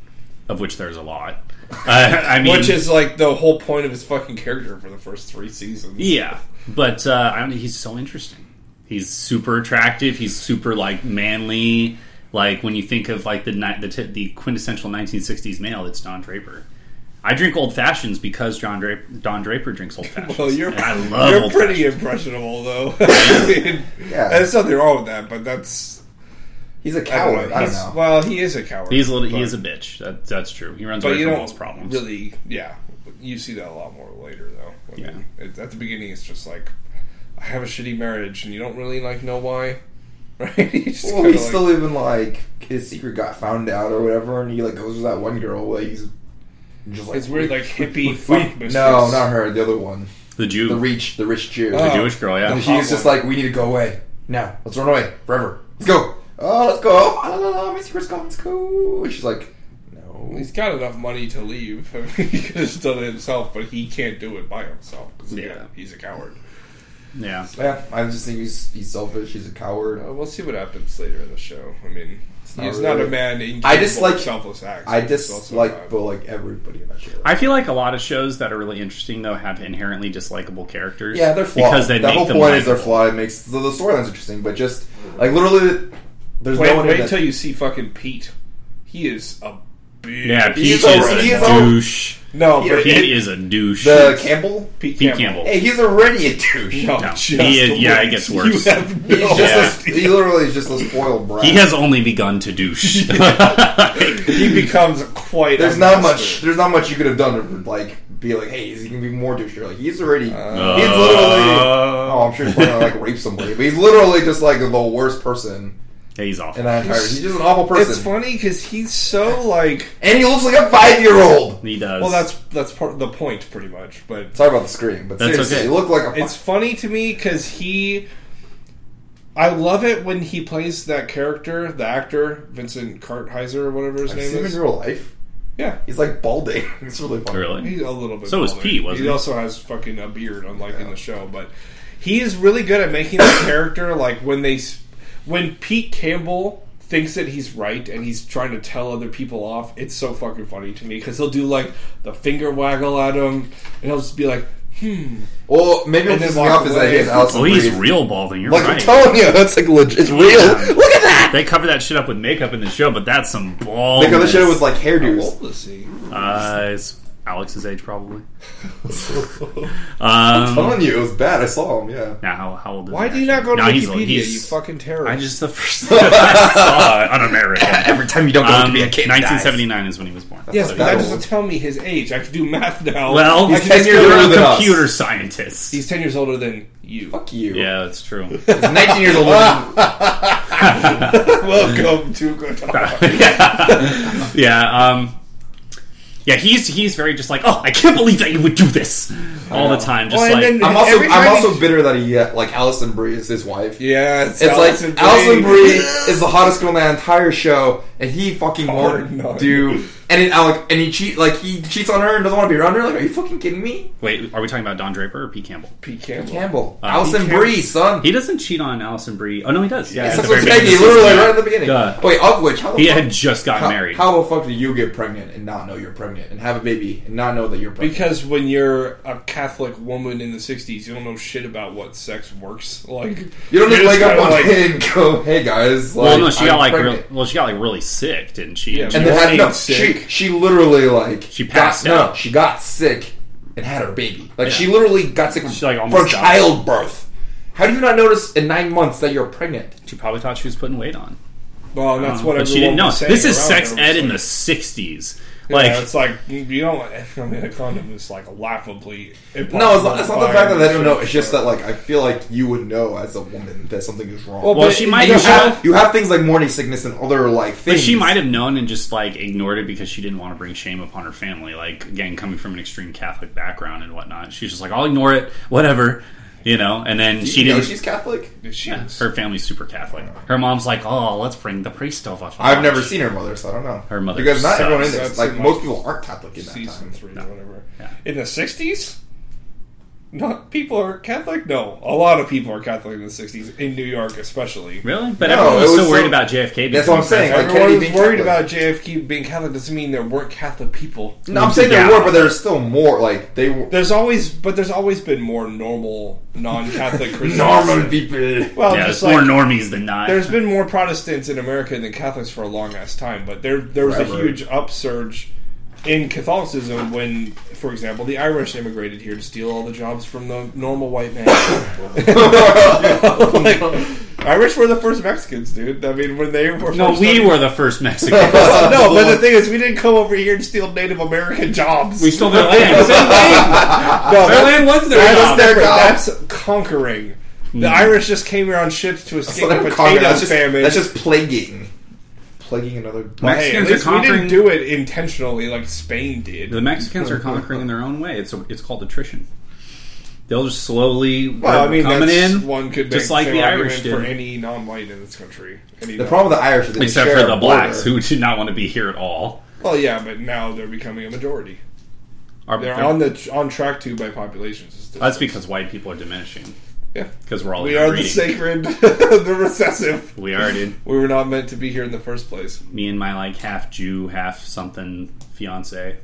[SPEAKER 1] of which there's a lot. Uh, I mean,
[SPEAKER 2] Which is like the whole point of his fucking character for the first three seasons.
[SPEAKER 1] yeah, but uh, I don't. He's so interesting. he's super attractive. He's super like manly. Like when you think of like the ni- the, t- the quintessential 1960s male, it's Don Draper. I drink old fashions because John Draper, Don Draper drinks old fashions.
[SPEAKER 2] Well, you're
[SPEAKER 1] and I love
[SPEAKER 2] you're
[SPEAKER 1] old
[SPEAKER 2] pretty
[SPEAKER 1] fashions.
[SPEAKER 2] impressionable, though. I mean,
[SPEAKER 4] Yeah.
[SPEAKER 2] there's nothing wrong with that, but that's
[SPEAKER 4] He's a
[SPEAKER 2] I don't know,
[SPEAKER 4] coward. I don't
[SPEAKER 2] he's-
[SPEAKER 4] know.
[SPEAKER 2] Well, he is a coward.
[SPEAKER 1] He's a little, he
[SPEAKER 2] but-
[SPEAKER 1] is a bitch. That, that's true. He runs
[SPEAKER 2] But
[SPEAKER 1] away
[SPEAKER 2] you
[SPEAKER 1] from all
[SPEAKER 2] don't
[SPEAKER 1] his problems.
[SPEAKER 2] really, yeah. You see that a lot more later, though. I
[SPEAKER 1] Yeah.
[SPEAKER 2] mean, it, at the beginning, it's just like I have a shitty marriage, and you don't really like know why, right? You just
[SPEAKER 4] Well,
[SPEAKER 2] kinda
[SPEAKER 4] he's
[SPEAKER 2] like-
[SPEAKER 4] still even like his secret got found out or whatever, and he like goes with that one girl. Like he's just like
[SPEAKER 2] It's weird, like hippie
[SPEAKER 4] we-
[SPEAKER 2] fuck mistress.
[SPEAKER 4] no, not her. The other one,
[SPEAKER 1] The Jew,
[SPEAKER 4] the rich, the rich Jew.
[SPEAKER 1] the
[SPEAKER 2] Oh.
[SPEAKER 1] Jewish girl, yeah.
[SPEAKER 4] and
[SPEAKER 2] hot
[SPEAKER 4] he's just
[SPEAKER 2] one.
[SPEAKER 4] like, we need to go away now. Let's run away forever. Let's go. Oh, let's go. Ah, la, la, la, my secret's gone. Let's go. And she's like, no.
[SPEAKER 2] He's got enough money to leave. I mean, he could have done it himself, but he can't do it by himself. 'cause,
[SPEAKER 1] Yeah.
[SPEAKER 2] again, he's a coward.
[SPEAKER 1] yeah.
[SPEAKER 4] Yeah, I just think he's he's selfish. He's a coward.
[SPEAKER 2] Uh, we'll see what happens later in the show. I mean,
[SPEAKER 4] not
[SPEAKER 2] he's
[SPEAKER 4] really-
[SPEAKER 2] not a man. In
[SPEAKER 4] I dislike-
[SPEAKER 2] selfless acts.
[SPEAKER 4] I
[SPEAKER 2] but he's also
[SPEAKER 4] dislike,
[SPEAKER 2] not-
[SPEAKER 4] but like everybody in that show.
[SPEAKER 1] I feel like a lot of shows that are really interesting though have inherently dislikable characters.
[SPEAKER 4] Yeah, they're flawed.
[SPEAKER 1] because they
[SPEAKER 4] the
[SPEAKER 1] make
[SPEAKER 4] whole
[SPEAKER 1] them
[SPEAKER 4] point is they're
[SPEAKER 1] likable.
[SPEAKER 4] flawed. It makes the, the storyline's interesting, but just like literally, there's
[SPEAKER 2] Wait,
[SPEAKER 4] no one. in
[SPEAKER 2] wait
[SPEAKER 4] that-
[SPEAKER 2] until you see fucking Pete. He is a bitch.
[SPEAKER 1] Yeah, Pete
[SPEAKER 4] He's
[SPEAKER 1] is,
[SPEAKER 4] over-
[SPEAKER 1] a
[SPEAKER 4] he is over-
[SPEAKER 1] douche.
[SPEAKER 2] No,
[SPEAKER 4] Here,
[SPEAKER 2] but
[SPEAKER 1] Pete
[SPEAKER 4] It-
[SPEAKER 1] is a douche.
[SPEAKER 4] the Campbell.
[SPEAKER 2] Pete,
[SPEAKER 1] Pete
[SPEAKER 2] Campbell.
[SPEAKER 1] Campbell.
[SPEAKER 4] Hey, he's already a douche.
[SPEAKER 2] No,
[SPEAKER 1] No,
[SPEAKER 2] just
[SPEAKER 1] he is- yeah, it gets worse.
[SPEAKER 2] You have no
[SPEAKER 4] He's just a,
[SPEAKER 2] idea.
[SPEAKER 4] he literally is just a spoiled brat.
[SPEAKER 1] He has only begun to douche.
[SPEAKER 2] He becomes quite.
[SPEAKER 4] There's
[SPEAKER 2] a
[SPEAKER 4] not much.
[SPEAKER 2] monster.
[SPEAKER 4] There's not much you could have done to like be like, hey, is he gonna be more douche? You're like, he's already.
[SPEAKER 1] Uh,
[SPEAKER 4] he's literally. Oh, I'm sure he's gonna like rape somebody, but he's literally just like the worst person
[SPEAKER 1] yeah, he's awful.
[SPEAKER 4] in that entire. He's just an awful person,
[SPEAKER 2] It's funny because he's so like.
[SPEAKER 4] and he looks like a five year old.
[SPEAKER 1] he does.
[SPEAKER 2] Well, that's that's part of the point, pretty much. But
[SPEAKER 4] Sorry about the scream, but
[SPEAKER 1] That's
[SPEAKER 4] seriously,
[SPEAKER 1] okay.
[SPEAKER 4] he looked like a. fi-
[SPEAKER 2] it's funny to me because he. I love it when he plays that character, the actor Vincent Kartheiser or whatever his
[SPEAKER 4] I've
[SPEAKER 2] name
[SPEAKER 4] seen him in
[SPEAKER 2] is.
[SPEAKER 4] real life.
[SPEAKER 2] Yeah,
[SPEAKER 4] He's like balding. It's really funny.
[SPEAKER 1] really.
[SPEAKER 2] He's a little bit.
[SPEAKER 1] So is
[SPEAKER 2] taller.
[SPEAKER 1] Pete, wasn't
[SPEAKER 2] he?
[SPEAKER 1] he?
[SPEAKER 2] also has fucking a beard, unlike in the show. But he is really good at making the character like when they, s- when Pete Campbell thinks that he's right and he's trying to tell other people off. It's so fucking funny to me because he'll do like the finger waggle at him, and he'll just be like, "Hmm."
[SPEAKER 4] Well, maybe
[SPEAKER 2] And
[SPEAKER 4] what
[SPEAKER 2] then
[SPEAKER 4] pisses me
[SPEAKER 2] walk
[SPEAKER 4] off is that he
[SPEAKER 2] away.
[SPEAKER 4] has Allison
[SPEAKER 1] Oh, he's
[SPEAKER 4] Brie.
[SPEAKER 1] real balding. You're
[SPEAKER 4] Like I'm
[SPEAKER 1] right.
[SPEAKER 4] telling you, that's like legit. It's real. Look at that.
[SPEAKER 1] They cover that shit up with makeup in the show, but that's some bald.
[SPEAKER 4] They got the shit with like hairdos.
[SPEAKER 2] "Old is he?"
[SPEAKER 1] Uh, it's Alex's age probably.
[SPEAKER 4] I'm
[SPEAKER 1] Um,
[SPEAKER 4] telling you, it was bad. I saw him. Yeah.
[SPEAKER 1] now how, how old? Is
[SPEAKER 2] Why
[SPEAKER 1] he
[SPEAKER 2] do you not
[SPEAKER 1] actually?
[SPEAKER 2] go to
[SPEAKER 1] No, he's-
[SPEAKER 2] Wikipedia?
[SPEAKER 1] he's-
[SPEAKER 2] you fucking terrorist!
[SPEAKER 1] I just the first time I saw an American.
[SPEAKER 4] Every time you don't
[SPEAKER 1] Um, 1979 is when he was born.
[SPEAKER 2] yes,
[SPEAKER 1] So
[SPEAKER 2] but that
[SPEAKER 4] terrible.
[SPEAKER 2] doesn't tell me his age. I can do math now.
[SPEAKER 1] Well,
[SPEAKER 2] I
[SPEAKER 4] He's
[SPEAKER 2] can
[SPEAKER 4] 10
[SPEAKER 2] just
[SPEAKER 4] years
[SPEAKER 2] go-
[SPEAKER 1] you're
[SPEAKER 4] older than
[SPEAKER 1] a
[SPEAKER 4] us.
[SPEAKER 1] computer scientist.
[SPEAKER 2] he's ten years older than you.
[SPEAKER 4] Fuck you.
[SPEAKER 1] yeah, that's true.
[SPEAKER 4] He's 19 years old.
[SPEAKER 2] Welcome to Goodbye.
[SPEAKER 1] yeah, yeah. Um, yeah, he's he's very just like, oh, I can't believe that you would do this all the time. Just
[SPEAKER 2] Well, and
[SPEAKER 1] like, oh,
[SPEAKER 2] then-
[SPEAKER 4] I'm also
[SPEAKER 2] Every time
[SPEAKER 4] I'm also
[SPEAKER 2] he-
[SPEAKER 4] bitter that he uh, like Allison Brie is his wife.
[SPEAKER 2] Yeah,
[SPEAKER 4] It's like Allison Brie is the hottest girl in that entire show, and he fucking
[SPEAKER 2] Hard
[SPEAKER 4] won't
[SPEAKER 2] nut.
[SPEAKER 4] do. And it, like, and he cheat like he cheats on her and doesn't want to be around her. Like, are you fucking kidding me?
[SPEAKER 1] wait, are we talking about Don Draper or Pete Campbell?
[SPEAKER 2] Pete Campbell.
[SPEAKER 4] Campbell,
[SPEAKER 1] Uh,
[SPEAKER 4] Allison
[SPEAKER 2] Campbell.
[SPEAKER 4] Brie, son.
[SPEAKER 1] He doesn't cheat on Allison Brie. Oh no, he does. Yeah, at
[SPEAKER 4] It's like
[SPEAKER 1] the very
[SPEAKER 4] what's Peggy,
[SPEAKER 1] beginning.
[SPEAKER 4] literally right at the beginning.
[SPEAKER 1] Duh.
[SPEAKER 4] Wait, of which how the
[SPEAKER 1] he
[SPEAKER 4] fuck,
[SPEAKER 1] had just got
[SPEAKER 4] how,
[SPEAKER 1] married.
[SPEAKER 4] How the fuck do you get pregnant and not know you're pregnant and have a baby and not know that you're pregnant?
[SPEAKER 2] Because when you're a Catholic woman in the '60s, you don't know shit about what sex works like.
[SPEAKER 4] you
[SPEAKER 2] you're
[SPEAKER 4] don't just wake
[SPEAKER 2] just
[SPEAKER 4] up one
[SPEAKER 2] kinda like-
[SPEAKER 4] day and go, "Hey guys, like,
[SPEAKER 1] well, no, she
[SPEAKER 4] I'm
[SPEAKER 1] got like real,
[SPEAKER 4] pregnant."
[SPEAKER 1] well, she got like really sick, didn't she?
[SPEAKER 2] Yeah,
[SPEAKER 1] And she
[SPEAKER 4] and
[SPEAKER 1] was
[SPEAKER 4] then had,
[SPEAKER 2] morning
[SPEAKER 4] no,
[SPEAKER 2] sick.
[SPEAKER 4] she she literally like
[SPEAKER 1] She passed
[SPEAKER 4] got,
[SPEAKER 1] out.
[SPEAKER 4] No, she got sick and had her baby. Like she literally got sick
[SPEAKER 1] She, like,
[SPEAKER 4] from
[SPEAKER 1] almost died.
[SPEAKER 4] childbirth. How do you not notice in nine months that you're pregnant?
[SPEAKER 1] she probably thought she was putting weight on.
[SPEAKER 2] Well, that's what
[SPEAKER 1] Oh, but
[SPEAKER 2] everyone
[SPEAKER 1] she didn't know.
[SPEAKER 2] was saying
[SPEAKER 1] This is
[SPEAKER 2] around
[SPEAKER 1] sex
[SPEAKER 2] her was
[SPEAKER 1] ed in the
[SPEAKER 2] like-
[SPEAKER 1] '60s.
[SPEAKER 2] Yeah,
[SPEAKER 1] Like,
[SPEAKER 2] it's like you don't. I mean, a condom is like laughably.
[SPEAKER 4] No, it's not, it's not the fact that I
[SPEAKER 2] impossible
[SPEAKER 4] don't
[SPEAKER 2] to
[SPEAKER 4] know. It's just
[SPEAKER 2] share.
[SPEAKER 4] that like I feel like you would know as a woman that something is wrong.
[SPEAKER 1] well, she might
[SPEAKER 4] you
[SPEAKER 1] have,
[SPEAKER 4] have you have things like morning sickness and other like things.
[SPEAKER 1] But she might have known and just like ignored it because she didn't want to bring shame upon her family. Like again, coming from an extreme Catholic background and whatnot, she's just like, "I'll ignore it, whatever," you know. And then she
[SPEAKER 4] you know
[SPEAKER 1] didn't.
[SPEAKER 4] she's Catholic.
[SPEAKER 2] She
[SPEAKER 1] Yeah,
[SPEAKER 2] was-
[SPEAKER 1] her family's super Catholic. Her mom's like, "Oh, let's bring the priest over." for
[SPEAKER 4] I've never
[SPEAKER 1] lunch."
[SPEAKER 4] seen her mother, so I don't know.
[SPEAKER 1] Her mother
[SPEAKER 4] because not
[SPEAKER 1] sucks.
[SPEAKER 4] everyone in this,
[SPEAKER 2] That's
[SPEAKER 4] like
[SPEAKER 2] in my-
[SPEAKER 4] most people aren't Catholic in that
[SPEAKER 2] season
[SPEAKER 4] time.
[SPEAKER 2] three or whatever.
[SPEAKER 1] Yeah.
[SPEAKER 2] In the '60s. not people are Catholic. No, a lot of people are Catholic in the '60s in New York, especially.
[SPEAKER 1] Really? But
[SPEAKER 4] No,
[SPEAKER 1] everyone was,
[SPEAKER 4] it was
[SPEAKER 1] so worried
[SPEAKER 4] so-
[SPEAKER 1] about JFK.
[SPEAKER 4] That's what
[SPEAKER 1] becoming
[SPEAKER 4] I'm
[SPEAKER 1] president.
[SPEAKER 4] saying. Like
[SPEAKER 2] Everyone
[SPEAKER 4] Kennedy
[SPEAKER 2] was
[SPEAKER 4] being
[SPEAKER 2] worried
[SPEAKER 4] Catholic.
[SPEAKER 2] about JFK being Catholic doesn't mean there weren't Catholic people.
[SPEAKER 4] No, I'm saying there were, but there's still more. Like they were
[SPEAKER 2] There's always, but there's always been more normal non-Catholic Christians.
[SPEAKER 4] Norman people.
[SPEAKER 2] Well,
[SPEAKER 1] yeah,
[SPEAKER 2] just
[SPEAKER 1] there's
[SPEAKER 2] like,
[SPEAKER 1] more normies than not.
[SPEAKER 2] There's been more Protestants in America than Catholics for a long ass time, but there there was
[SPEAKER 4] Forever.
[SPEAKER 2] a huge upsurge in Catholicism when, for example, the Irish immigrated here to steal all the jobs from the normal white man. Like, Irish were the first Mexicans, dude. I mean, when they were
[SPEAKER 1] no,
[SPEAKER 2] first
[SPEAKER 1] we
[SPEAKER 2] started-
[SPEAKER 1] were the first Mexicans.
[SPEAKER 2] Well, no, but the thing is, we didn't come over here and steal Native American jobs.
[SPEAKER 1] we stole their land. Same thing.
[SPEAKER 2] no,
[SPEAKER 1] Their
[SPEAKER 2] that's-
[SPEAKER 1] land was their
[SPEAKER 2] That's
[SPEAKER 1] job. Mm-hmm.
[SPEAKER 4] their
[SPEAKER 2] different.
[SPEAKER 4] job.
[SPEAKER 2] That's conquering. The Irish just came here on ships to escape a potato
[SPEAKER 4] that's just,
[SPEAKER 2] famine.
[SPEAKER 4] that's just plaguing, plaguing another.
[SPEAKER 1] Mex-
[SPEAKER 2] Hey, at
[SPEAKER 1] Mexicans
[SPEAKER 2] least
[SPEAKER 1] are
[SPEAKER 2] we didn't
[SPEAKER 1] conquering-
[SPEAKER 2] do it intentionally like Spain did.
[SPEAKER 1] The Mexicans are conquering in their own way. It's it's called attrition. They'll just slowly
[SPEAKER 2] well, I mean,
[SPEAKER 1] coming
[SPEAKER 2] that's
[SPEAKER 1] in,
[SPEAKER 2] one could make
[SPEAKER 1] just like
[SPEAKER 2] same
[SPEAKER 1] the
[SPEAKER 2] argument
[SPEAKER 1] Irish
[SPEAKER 2] for
[SPEAKER 1] did.
[SPEAKER 2] any non-white in this country. Any
[SPEAKER 4] the
[SPEAKER 2] non-
[SPEAKER 4] problem with the Irish is they
[SPEAKER 1] except
[SPEAKER 4] share
[SPEAKER 1] for
[SPEAKER 4] a
[SPEAKER 1] the blacks who
[SPEAKER 4] border.
[SPEAKER 1] did not want to be here at all.
[SPEAKER 2] Well, yeah, but now they're becoming a majority.
[SPEAKER 1] Our-
[SPEAKER 2] They're on the on track to by population.
[SPEAKER 1] that's because white people are diminishing
[SPEAKER 2] yeah,
[SPEAKER 1] because we're all
[SPEAKER 2] we are the
[SPEAKER 1] inbreeding.
[SPEAKER 2] sacred, the recessive.
[SPEAKER 1] We are, dude.
[SPEAKER 2] We were not meant to be here in the first place.
[SPEAKER 1] Me and my like half Jew, half something fiance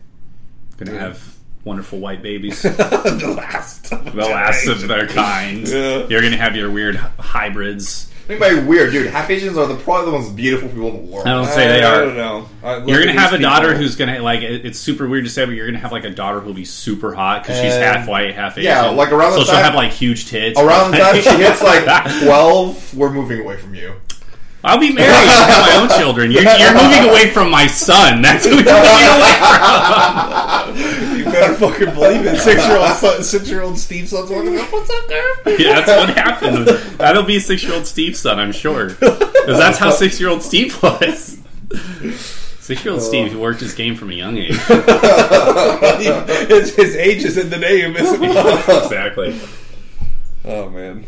[SPEAKER 1] gonna have wonderful white babies.
[SPEAKER 2] the last, of
[SPEAKER 1] the last of their kind.
[SPEAKER 2] Yeah.
[SPEAKER 1] You're gonna have your weird hy- hybrids.
[SPEAKER 4] Anybody weird, dude. Half Asians are the probably the most beautiful people in the world.
[SPEAKER 1] I don't say they
[SPEAKER 2] I, I
[SPEAKER 1] are.
[SPEAKER 2] don't know. I look
[SPEAKER 1] You're gonna
[SPEAKER 2] at these
[SPEAKER 1] have a
[SPEAKER 2] people.
[SPEAKER 1] daughter who's gonna like. It, it's super weird to say, but you're gonna have like a daughter who'll be super hot because she's
[SPEAKER 4] Um,
[SPEAKER 1] half white, half Asian.
[SPEAKER 4] yeah, like, around
[SPEAKER 1] so
[SPEAKER 4] the
[SPEAKER 1] she'll
[SPEAKER 4] time-
[SPEAKER 1] have like huge tits.
[SPEAKER 4] Around the time she hits like twelve, we're moving away from you.
[SPEAKER 1] I'll be married. and have my own children. You're, you're moving away from my son. That's who you're moving away from.
[SPEAKER 2] You better fucking believe it. Six year old, six year old Steve son's walking up. What's up, girl?
[SPEAKER 1] Yeah, that's what happened. That'll be six year old Steve's son, I'm sure, because that's how six year old Steve was. Six
[SPEAKER 4] Oh.
[SPEAKER 1] year old Steve worked his game from a young age.
[SPEAKER 2] his, his age is in the name, isn't it?
[SPEAKER 1] exactly.
[SPEAKER 2] oh man.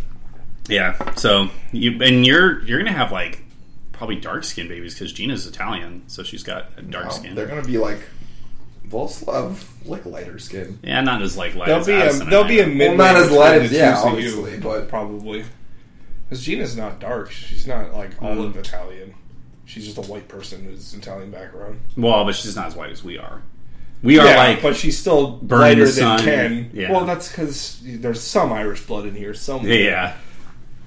[SPEAKER 1] Yeah. So you and you're you're gonna have like probably dark skinned babies because Gina's Italian, so she's got a dark
[SPEAKER 4] Oh,
[SPEAKER 1] skin.
[SPEAKER 4] they're gonna be like, they'll still have like lighter skin.
[SPEAKER 1] Yeah, not as like light.
[SPEAKER 2] There'll
[SPEAKER 1] as
[SPEAKER 2] be a
[SPEAKER 1] us and
[SPEAKER 2] there'll be a
[SPEAKER 1] nightmare.
[SPEAKER 2] mid
[SPEAKER 4] not as light as- yeah, obviously, but-
[SPEAKER 2] probably because Gina's not dark. She's not like
[SPEAKER 4] Mm.
[SPEAKER 2] olive Italian. She's just a white person who's Italian background.
[SPEAKER 1] well, but she's not as white as we are. We are
[SPEAKER 2] yeah,
[SPEAKER 1] like
[SPEAKER 2] but she's still
[SPEAKER 1] burning
[SPEAKER 2] lighter
[SPEAKER 1] the
[SPEAKER 2] than
[SPEAKER 1] sun.
[SPEAKER 2] Ken.
[SPEAKER 1] Yeah.
[SPEAKER 2] Well, that's because there's some Irish blood in here somewhere.
[SPEAKER 1] yeah.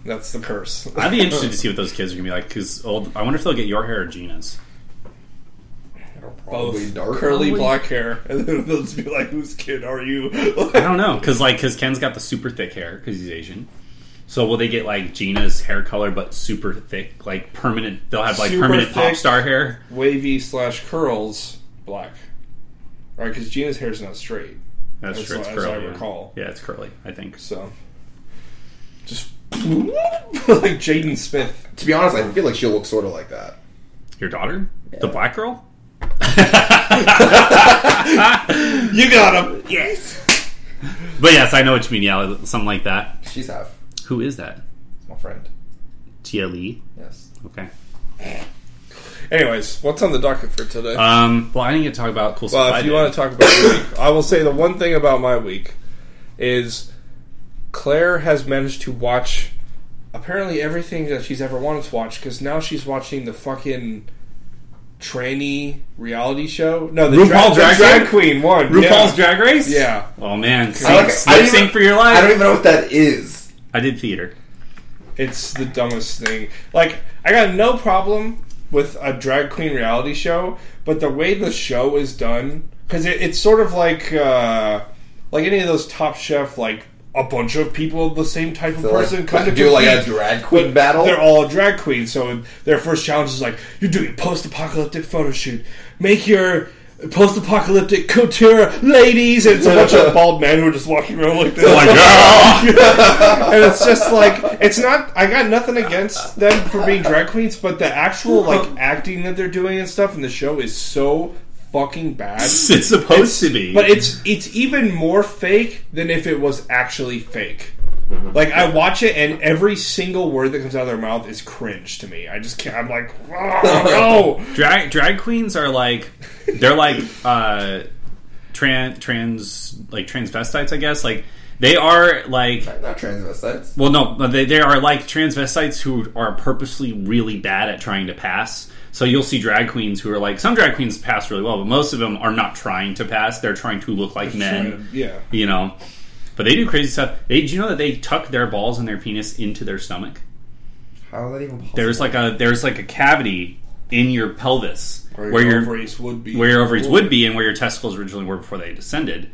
[SPEAKER 2] that's the curse.
[SPEAKER 1] I'd be interested to see what those kids are gonna be like because old. I wonder if they'll get your hair or Gina's.
[SPEAKER 4] They're probably
[SPEAKER 2] both
[SPEAKER 4] dark.
[SPEAKER 2] curly
[SPEAKER 1] Probably.
[SPEAKER 2] black hair, and then they'll just be like, "Whose kid are you?"
[SPEAKER 1] I don't know because like because Ken's got the super thick hair because he's Asian. So will they get like Gina's hair color but super thick, like permanent? They'll have like
[SPEAKER 2] Super
[SPEAKER 1] permanent pop
[SPEAKER 2] thick.
[SPEAKER 1] star hair.
[SPEAKER 2] Wavy slash curls black, right? Because Gina's hair's not straight,
[SPEAKER 1] That's
[SPEAKER 2] As-
[SPEAKER 1] true. It's
[SPEAKER 2] as
[SPEAKER 1] curly.
[SPEAKER 2] I
[SPEAKER 1] yeah.
[SPEAKER 2] recall.
[SPEAKER 1] yeah, it's curly. I think.
[SPEAKER 2] so just like Jaden Smith.
[SPEAKER 4] To be honest, I feel like she'll look sort of like that.
[SPEAKER 1] Your daughter? The black girl?
[SPEAKER 2] You got him. Yes.
[SPEAKER 1] But yes, I know what you mean. Yeah, something like that.
[SPEAKER 4] She's half.
[SPEAKER 1] Who is that?
[SPEAKER 4] It's my friend.
[SPEAKER 1] Tia Lee.
[SPEAKER 4] Yes.
[SPEAKER 1] Okay.
[SPEAKER 2] Anyways, what's on the docket for today?
[SPEAKER 1] Um, well, I didn't get to talk about cool stuff.
[SPEAKER 2] well,
[SPEAKER 1] I
[SPEAKER 2] if you
[SPEAKER 1] did.
[SPEAKER 2] want to talk about your week, I will say the one thing about my week is Claire has managed to watch apparently everything that she's ever wanted to watch because now she's watching the fucking tranny reality show. No, the, dra-
[SPEAKER 1] RuPaul
[SPEAKER 2] the
[SPEAKER 1] Drag
[SPEAKER 2] drag
[SPEAKER 1] Race?
[SPEAKER 2] queen one.
[SPEAKER 1] RuPaul's
[SPEAKER 2] yeah.
[SPEAKER 1] Drag Race.
[SPEAKER 2] Yeah.
[SPEAKER 1] Oh man, sing,
[SPEAKER 4] I like-
[SPEAKER 1] sing,
[SPEAKER 4] I don't
[SPEAKER 1] sing
[SPEAKER 4] even-
[SPEAKER 1] for your life.
[SPEAKER 4] I don't even know what that is.
[SPEAKER 1] I did theater.
[SPEAKER 2] It's the dumbest thing. Like, I got no problem with a drag queen reality show, but the way the show is done, because it, it's sort of like uh, like any of those Top Chef, like a bunch of people of the same type of
[SPEAKER 4] So, like,
[SPEAKER 2] person come to
[SPEAKER 4] do like a
[SPEAKER 2] compete,
[SPEAKER 4] drag queen
[SPEAKER 2] but
[SPEAKER 4] battle?
[SPEAKER 2] They're all drag queens, so their first challenge is like, you're doing a post-apocalyptic photo shoot. Make your post-apocalyptic couture ladies, and it's a bunch of bald men who are just walking around like
[SPEAKER 4] Oh
[SPEAKER 2] this. and it's just like it's not i got nothing against them for being drag queens but the actual like acting that they're doing and stuff in the show is so fucking bad
[SPEAKER 1] It's supposed to be.
[SPEAKER 2] but it's it's even more fake than if it was actually fake like I watch it, and every single word that comes out of their mouth is cringe to me. I just can't. I'm like, oh no.
[SPEAKER 1] drag drag queens are like they're like uh, trans trans like transvestites, I guess. Like They are like
[SPEAKER 4] Not transvestites.
[SPEAKER 1] well, no, but they, they are like transvestites who are purposely really bad at trying to pass. So you'll see drag queens who are like some drag queens pass really well, but most of them are not trying to pass. They're trying to look like men,
[SPEAKER 2] Yeah.
[SPEAKER 1] you know. But they do crazy stuff. They, do you know that they tuck their balls and their penis into their stomach?
[SPEAKER 4] How is that even possible?
[SPEAKER 1] There's like a there's like a cavity in your pelvis
[SPEAKER 4] Where
[SPEAKER 1] where
[SPEAKER 4] your
[SPEAKER 1] your
[SPEAKER 2] Ovaries would be.
[SPEAKER 1] where your ovaries would be and where your testicles originally were before they descended,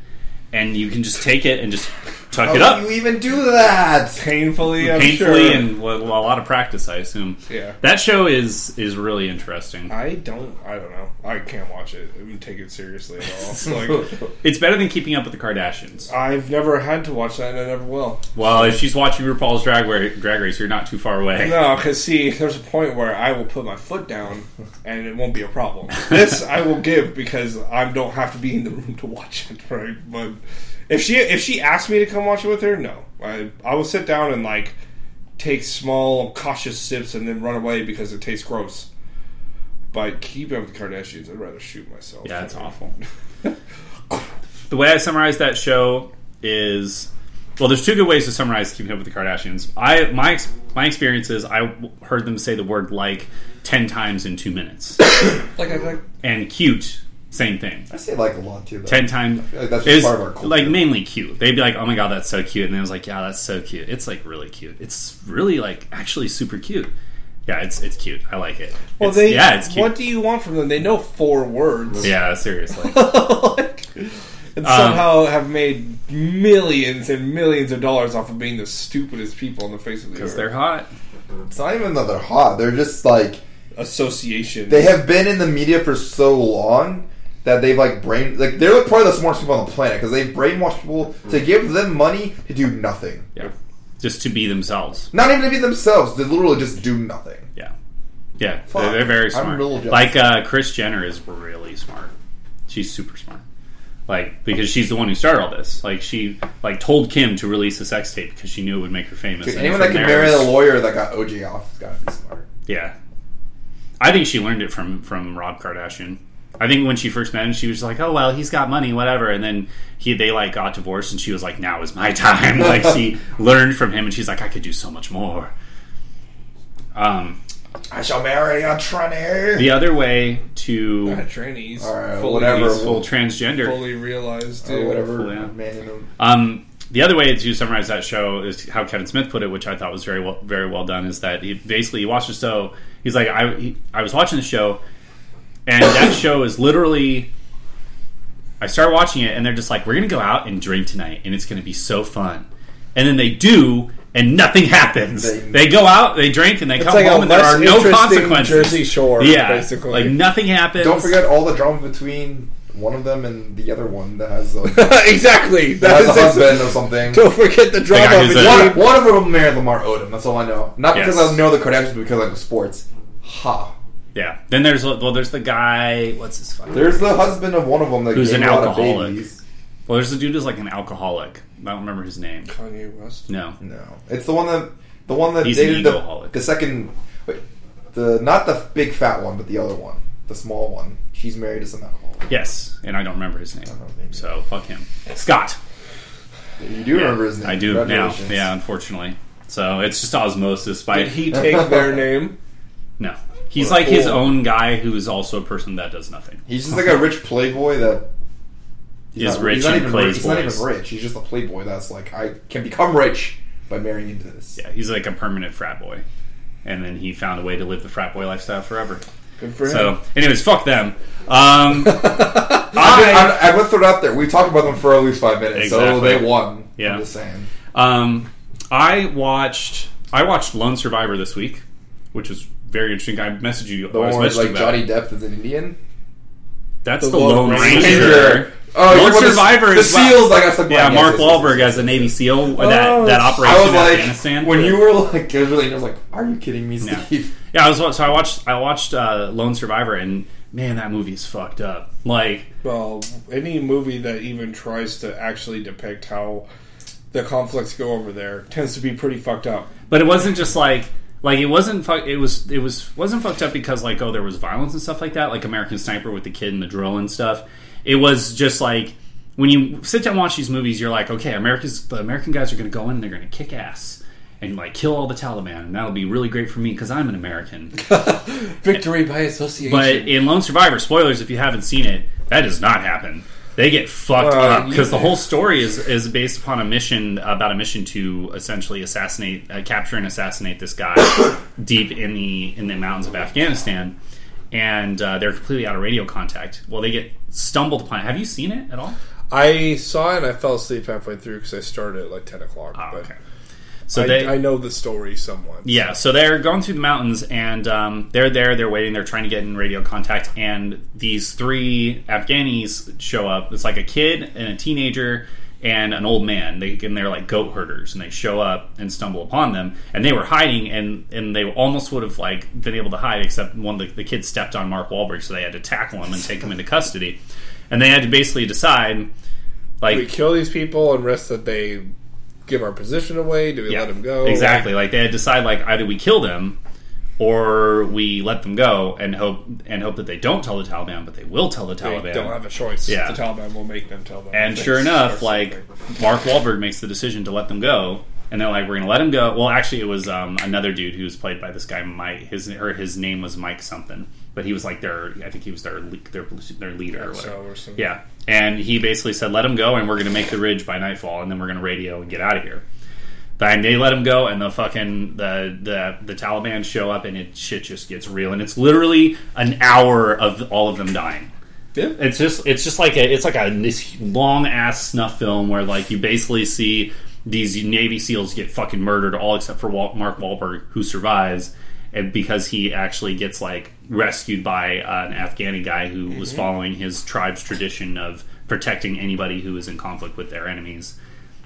[SPEAKER 1] and you can just take it and just tuck
[SPEAKER 4] How
[SPEAKER 1] it up
[SPEAKER 4] do Oh, you even do that?
[SPEAKER 2] Painfully, I'm
[SPEAKER 1] painfully
[SPEAKER 2] sure.
[SPEAKER 1] and well, well, a lot of practice, I assume.
[SPEAKER 2] Yeah.
[SPEAKER 1] that show is is really interesting.
[SPEAKER 2] I don't. I don't know. I can't watch it. I wouldn't take it seriously at all. Like,
[SPEAKER 1] It's better than Keeping Up with the Kardashians.
[SPEAKER 2] I've never had to watch that, and I never will.
[SPEAKER 1] Well, if she's watching RuPaul's Drag, Ra- drag Race, you're not too far away.
[SPEAKER 2] No, because see, there's a point where I will put my foot down, and it won't be a problem. This I will give because I don't have to be in the room to watch it, right? But if she if she asks me to come watch it with her, no, I I will sit down and like take small cautious sips and then run away because it tastes gross. But keep up with the Kardashians. I'd rather shoot myself.
[SPEAKER 1] Yeah, it's awful. the way I summarize that show is well, there's two good ways to summarize Keeping Up with the Kardashians. I my ex- my experience is I w- heard them say the word like ten times in two minutes,
[SPEAKER 2] Like I like.
[SPEAKER 1] and cute, same thing.
[SPEAKER 4] I say like a lot too. Though.
[SPEAKER 1] Ten times
[SPEAKER 4] Like, that's
[SPEAKER 1] It
[SPEAKER 4] just
[SPEAKER 1] was,
[SPEAKER 4] part of our culture.
[SPEAKER 1] like mainly cute. They'd be like, "Oh my god, that's so cute," and then it was like, "Yeah, that's so cute." It's like really cute. It's really like actually super cute. Yeah, it's it's cute. I like it.
[SPEAKER 2] Well,
[SPEAKER 1] It's-
[SPEAKER 2] they.
[SPEAKER 1] yeah, it's cute.
[SPEAKER 2] What do you want from them? They know four words.
[SPEAKER 1] yeah, Um, seriously.
[SPEAKER 2] and somehow have made millions and millions of dollars off of being the stupidest people on the face of the
[SPEAKER 1] Because
[SPEAKER 2] earth.
[SPEAKER 1] they're hot.
[SPEAKER 4] It's not even that they're hot. They're just like
[SPEAKER 2] Association.
[SPEAKER 4] they have been in the media for so long that they've like brain like they're like probably the smartest people on the planet because they've brainwashed people to give them money to do nothing.
[SPEAKER 1] Yeah, just to be themselves.
[SPEAKER 4] Not even to be themselves. They literally just do nothing.
[SPEAKER 1] Yeah, yeah.
[SPEAKER 4] Fuck.
[SPEAKER 1] They're, they're very
[SPEAKER 4] I'm
[SPEAKER 1] smart.
[SPEAKER 4] real jealous.
[SPEAKER 1] like uh, Chris Jenner is really smart. She's super smart. Like because she's the one who started all this. Like she like told Kim to release a sex tape because she knew it would make her famous.
[SPEAKER 4] Dude,
[SPEAKER 1] And
[SPEAKER 4] anyone
[SPEAKER 1] from
[SPEAKER 4] that can
[SPEAKER 1] there
[SPEAKER 4] marry
[SPEAKER 1] it's-
[SPEAKER 4] the lawyer that got OJ off has got to be smart.
[SPEAKER 1] Yeah, I think she learned it from from Rob Kardashian. I think when she first met him, she was like, "Oh well, he's got money, whatever." And then he they like got divorced, and she was like, "Now is my time." like she learned from him, and she's like, "I could do so much more." Um,
[SPEAKER 4] I shall marry a tranny.
[SPEAKER 1] the other way to
[SPEAKER 2] trainees.
[SPEAKER 4] All right,
[SPEAKER 2] fully,
[SPEAKER 4] whatever.
[SPEAKER 1] these full transgender.
[SPEAKER 2] Fully realized.
[SPEAKER 4] Or
[SPEAKER 2] dude.
[SPEAKER 4] whatever
[SPEAKER 1] Yeah.
[SPEAKER 4] man in them.
[SPEAKER 1] Um, the other way to summarize that show is how Kevin Smith put it, which I thought was very well, very well done. Is that he basically he watched the show. He's like, I he, I was watching the show, and that show is literally. I start watching it, and they're just like, "We're gonna go out and drink tonight, and it's gonna be so fun." And then they do, and nothing happens.
[SPEAKER 4] They-
[SPEAKER 1] They, go out, they drink, and they come
[SPEAKER 2] like a
[SPEAKER 1] home, and there
[SPEAKER 2] less
[SPEAKER 1] are no
[SPEAKER 2] interesting
[SPEAKER 1] consequences.
[SPEAKER 2] Jersey Shore,
[SPEAKER 1] yeah,
[SPEAKER 2] basically.
[SPEAKER 1] like nothing happens.
[SPEAKER 4] Don't forget all the drama between one of them and the other one that has like
[SPEAKER 2] exactly.
[SPEAKER 4] that
[SPEAKER 2] That
[SPEAKER 4] has a
[SPEAKER 2] is
[SPEAKER 4] husband
[SPEAKER 2] ex-
[SPEAKER 4] or something.
[SPEAKER 2] Don't forget the
[SPEAKER 1] guy
[SPEAKER 2] drama.
[SPEAKER 1] who's
[SPEAKER 2] between-
[SPEAKER 1] a-
[SPEAKER 4] One, one of them married Lamar Odom. That's all I know. Not because
[SPEAKER 1] Yes.
[SPEAKER 4] I know the Kardashians, but because I know sports. Ha.
[SPEAKER 1] Yeah. Then there's well, there's the guy. What's his fucking?
[SPEAKER 4] There's the husband of one of them that
[SPEAKER 1] Who's
[SPEAKER 4] gave
[SPEAKER 1] an
[SPEAKER 4] a lot of
[SPEAKER 1] alcoholic.
[SPEAKER 4] babies.
[SPEAKER 1] Well, there's a dude who's like an alcoholic. I don't remember his name.
[SPEAKER 2] Kanye West.
[SPEAKER 1] No.
[SPEAKER 4] No, it's the one that the one that
[SPEAKER 1] He's an
[SPEAKER 4] dated the,
[SPEAKER 1] egoholic.
[SPEAKER 4] the second. Wait, the not the big fat one, but the other one, the small one. She's married to some alcoholic.
[SPEAKER 1] Yes, and I don't remember his name.
[SPEAKER 4] don't remember.
[SPEAKER 1] So fuck him, Scott.
[SPEAKER 4] You do remember his name?
[SPEAKER 1] I do now.
[SPEAKER 4] Congratulations.
[SPEAKER 1] Yeah, unfortunately. So it's just osmosis by
[SPEAKER 2] Did he take their name?
[SPEAKER 1] no. He's like his
[SPEAKER 2] Cool.
[SPEAKER 1] own guy who is also a person that does nothing.
[SPEAKER 4] He's just like a rich playboy that. He's
[SPEAKER 1] Is
[SPEAKER 4] not,
[SPEAKER 1] rich
[SPEAKER 4] he's not
[SPEAKER 1] and
[SPEAKER 4] even
[SPEAKER 1] plays
[SPEAKER 4] rich. He's not
[SPEAKER 1] boys.
[SPEAKER 4] even rich. He's just a playboy that's like I can become rich by marrying into this.
[SPEAKER 1] Yeah, he's like a permanent frat boy, and then he found a way to live the frat boy lifestyle forever.
[SPEAKER 2] Good for him.
[SPEAKER 1] So, anyways, fuck them. Um,
[SPEAKER 4] I, I, I would throw it out there. We talked about them for at least five minutes, so
[SPEAKER 1] Exactly.
[SPEAKER 4] they won.
[SPEAKER 1] Yeah.
[SPEAKER 4] I'm just saying.
[SPEAKER 1] Um, I watched I watched Lone Survivor this week, which was very interesting. I messaged you.
[SPEAKER 4] The
[SPEAKER 1] I was
[SPEAKER 4] one where it's
[SPEAKER 1] messaging
[SPEAKER 4] like
[SPEAKER 1] about
[SPEAKER 4] Johnny
[SPEAKER 1] it.
[SPEAKER 4] Depp is an Indian.
[SPEAKER 1] That's
[SPEAKER 2] the
[SPEAKER 1] the,
[SPEAKER 2] Lone
[SPEAKER 1] Lone
[SPEAKER 2] Ranger.
[SPEAKER 1] Ranger.
[SPEAKER 4] Oh,
[SPEAKER 1] Lone
[SPEAKER 4] you're talking about
[SPEAKER 1] Survivor
[SPEAKER 4] the,
[SPEAKER 1] is
[SPEAKER 4] the
[SPEAKER 1] well-
[SPEAKER 4] seals. Like I said,
[SPEAKER 1] Yeah,
[SPEAKER 4] yes,
[SPEAKER 1] Mark
[SPEAKER 4] yes, yes,
[SPEAKER 1] Wahlberg
[SPEAKER 4] yes.
[SPEAKER 1] as a Navy SEAL uh,
[SPEAKER 2] Oh,
[SPEAKER 1] that that operation
[SPEAKER 4] I was
[SPEAKER 1] in
[SPEAKER 4] like,
[SPEAKER 1] Afghanistan.
[SPEAKER 4] when you were like, it was really, I was like, are you kidding me,
[SPEAKER 1] Yeah.
[SPEAKER 4] Steve?
[SPEAKER 1] yeah, I was so I watched I watched uh, Lone Survivor and man, that movie is fucked up. Like
[SPEAKER 2] Well, any movie that even tries to actually depict how the conflicts go over there tends to be pretty fucked up.
[SPEAKER 1] but it wasn't just like like it wasn't fuck it was it was wasn't fucked up because like oh there was violence and stuff like that like American Sniper with the kid and the drill and stuff it was just like when you sit down and watch these movies, you're like, okay, America's the American guys are going to go in and they're going to kick ass and like kill all the Taliban, and that'll be really great for me because I'm an American.
[SPEAKER 2] Victory by association.
[SPEAKER 1] But in Lone Survivor, spoilers if you haven't seen it, that does not happen. They get fucked
[SPEAKER 2] Uh,
[SPEAKER 1] up because the
[SPEAKER 2] you-
[SPEAKER 1] whole story is, is based upon a mission about a mission to essentially assassinate, uh, capture and assassinate this guy deep in the in the mountains of Afghanistan, and uh, they're completely out of radio contact. Well, they get stumbled upon. Have you seen it at all?
[SPEAKER 5] I saw it and I fell asleep halfway through because I started at like 10 o'clock.
[SPEAKER 2] Ah,
[SPEAKER 1] Oh,
[SPEAKER 5] but
[SPEAKER 1] okay. So
[SPEAKER 5] I,
[SPEAKER 1] they,
[SPEAKER 5] I know the story somewhat.
[SPEAKER 1] Yeah, so they're going through the mountains and um, they're there, they're waiting, they're trying to get in radio contact, and these three Afghanis show up. It's like a kid and a teenager and an old man. They and they're like goat herders, and they show up and stumble upon them. And they were hiding, and and they almost would have like been able to hide, except one of the, the kids stepped on Mark Wahlberg, so they had to tackle him and take him into custody. And they had to basically decide, like,
[SPEAKER 5] Do we kill these people and risk that they give our position away? Do we let them go?
[SPEAKER 1] Exactly. Like they had to decide like either we kill them or we let them go and hope and hope that they don't tell the Taliban, but they will tell the
[SPEAKER 2] they
[SPEAKER 1] Taliban.
[SPEAKER 2] don't have a choice.
[SPEAKER 1] Yeah.
[SPEAKER 2] The Taliban will make them tell them.
[SPEAKER 1] and
[SPEAKER 2] things
[SPEAKER 1] sure
[SPEAKER 2] or
[SPEAKER 1] enough, like
[SPEAKER 2] something.
[SPEAKER 1] Mark Wahlberg makes the decision to let them go, and they're like, "We're going to let him go." Well, actually, it was um, another dude who was played by this guy Mike. His or his name was Mike something, but he was like their. I think he was their le- their their leader or whatever.
[SPEAKER 2] So or something.
[SPEAKER 1] Yeah. And he basically said, let him go, and we're going to make the ridge by nightfall, and then we're going to radio and get out of here. Then they let him go, and the fucking the, the the Taliban show up, and it shit just gets real, and it's literally an hour of all of them dying.
[SPEAKER 2] Yeah.
[SPEAKER 1] It's just it's just like a it's like a this long ass snuff film where like you basically see these Navy SEALs get fucking murdered, all except for Wal- Mark Wahlberg who survives, and because he actually gets like rescued by uh, an Afghani guy who
[SPEAKER 2] Mm-hmm.
[SPEAKER 1] was following his tribe's tradition of protecting anybody who is in conflict with their enemies.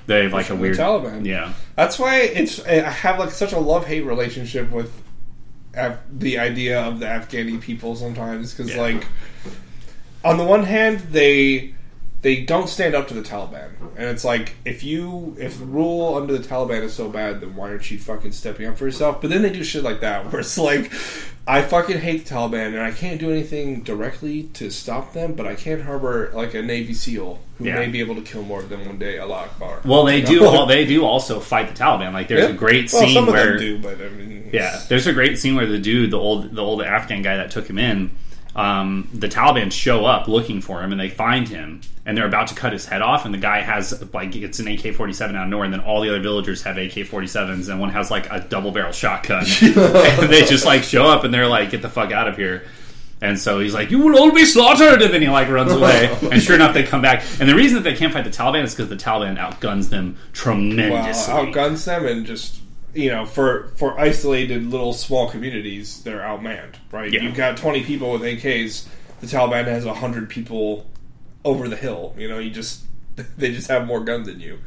[SPEAKER 1] They have like a
[SPEAKER 2] the
[SPEAKER 1] weird
[SPEAKER 2] Taliban.
[SPEAKER 1] yeah.
[SPEAKER 2] That's why it's I have like such a love hate relationship with Af- the idea of the Afghani people sometimes because
[SPEAKER 1] Yeah.
[SPEAKER 2] like on the one hand they they don't stand up to the Taliban and it's like if you if the rule under the Taliban is so bad then why aren't you fucking stepping up for yourself but then they do shit like that where it's like I fucking hate the Taliban and I can't do anything directly to stop them but I can't harbor like a Navy SEAL who
[SPEAKER 1] Yeah.
[SPEAKER 2] may be able to kill more of them one day Allah Akbar
[SPEAKER 1] Well, they do. Well, they do also fight the Taliban. Like there's a
[SPEAKER 2] Yeah.
[SPEAKER 1] great
[SPEAKER 2] well,
[SPEAKER 1] scene
[SPEAKER 2] some
[SPEAKER 1] where
[SPEAKER 2] of them do, but I mean,
[SPEAKER 1] Yeah, there's a great scene where the dude, the old, the old Afghan guy that took him in, um, the Taliban show up looking for him, and they find him, and they're about to cut his head off, and the guy has like it's an AK-47 out of nowhere, and then all the other villagers have AK-47s, and one has like a double barrel shotgun, and they just like show up, and they're like, "Get the fuck out of here." And so he's like, "You will all be slaughtered," and then he like runs away. and sure enough, they come back. And the reason that they can't fight the Taliban is because the Taliban outguns them
[SPEAKER 2] well,
[SPEAKER 1] tremendously.
[SPEAKER 2] outguns them and just you know for for isolated little small communities, they're outmanned. Right?
[SPEAKER 1] Yeah.
[SPEAKER 2] You've got 20 people with AKs. The Taliban has 100 people over the hill. You know, you just they just have more guns than you.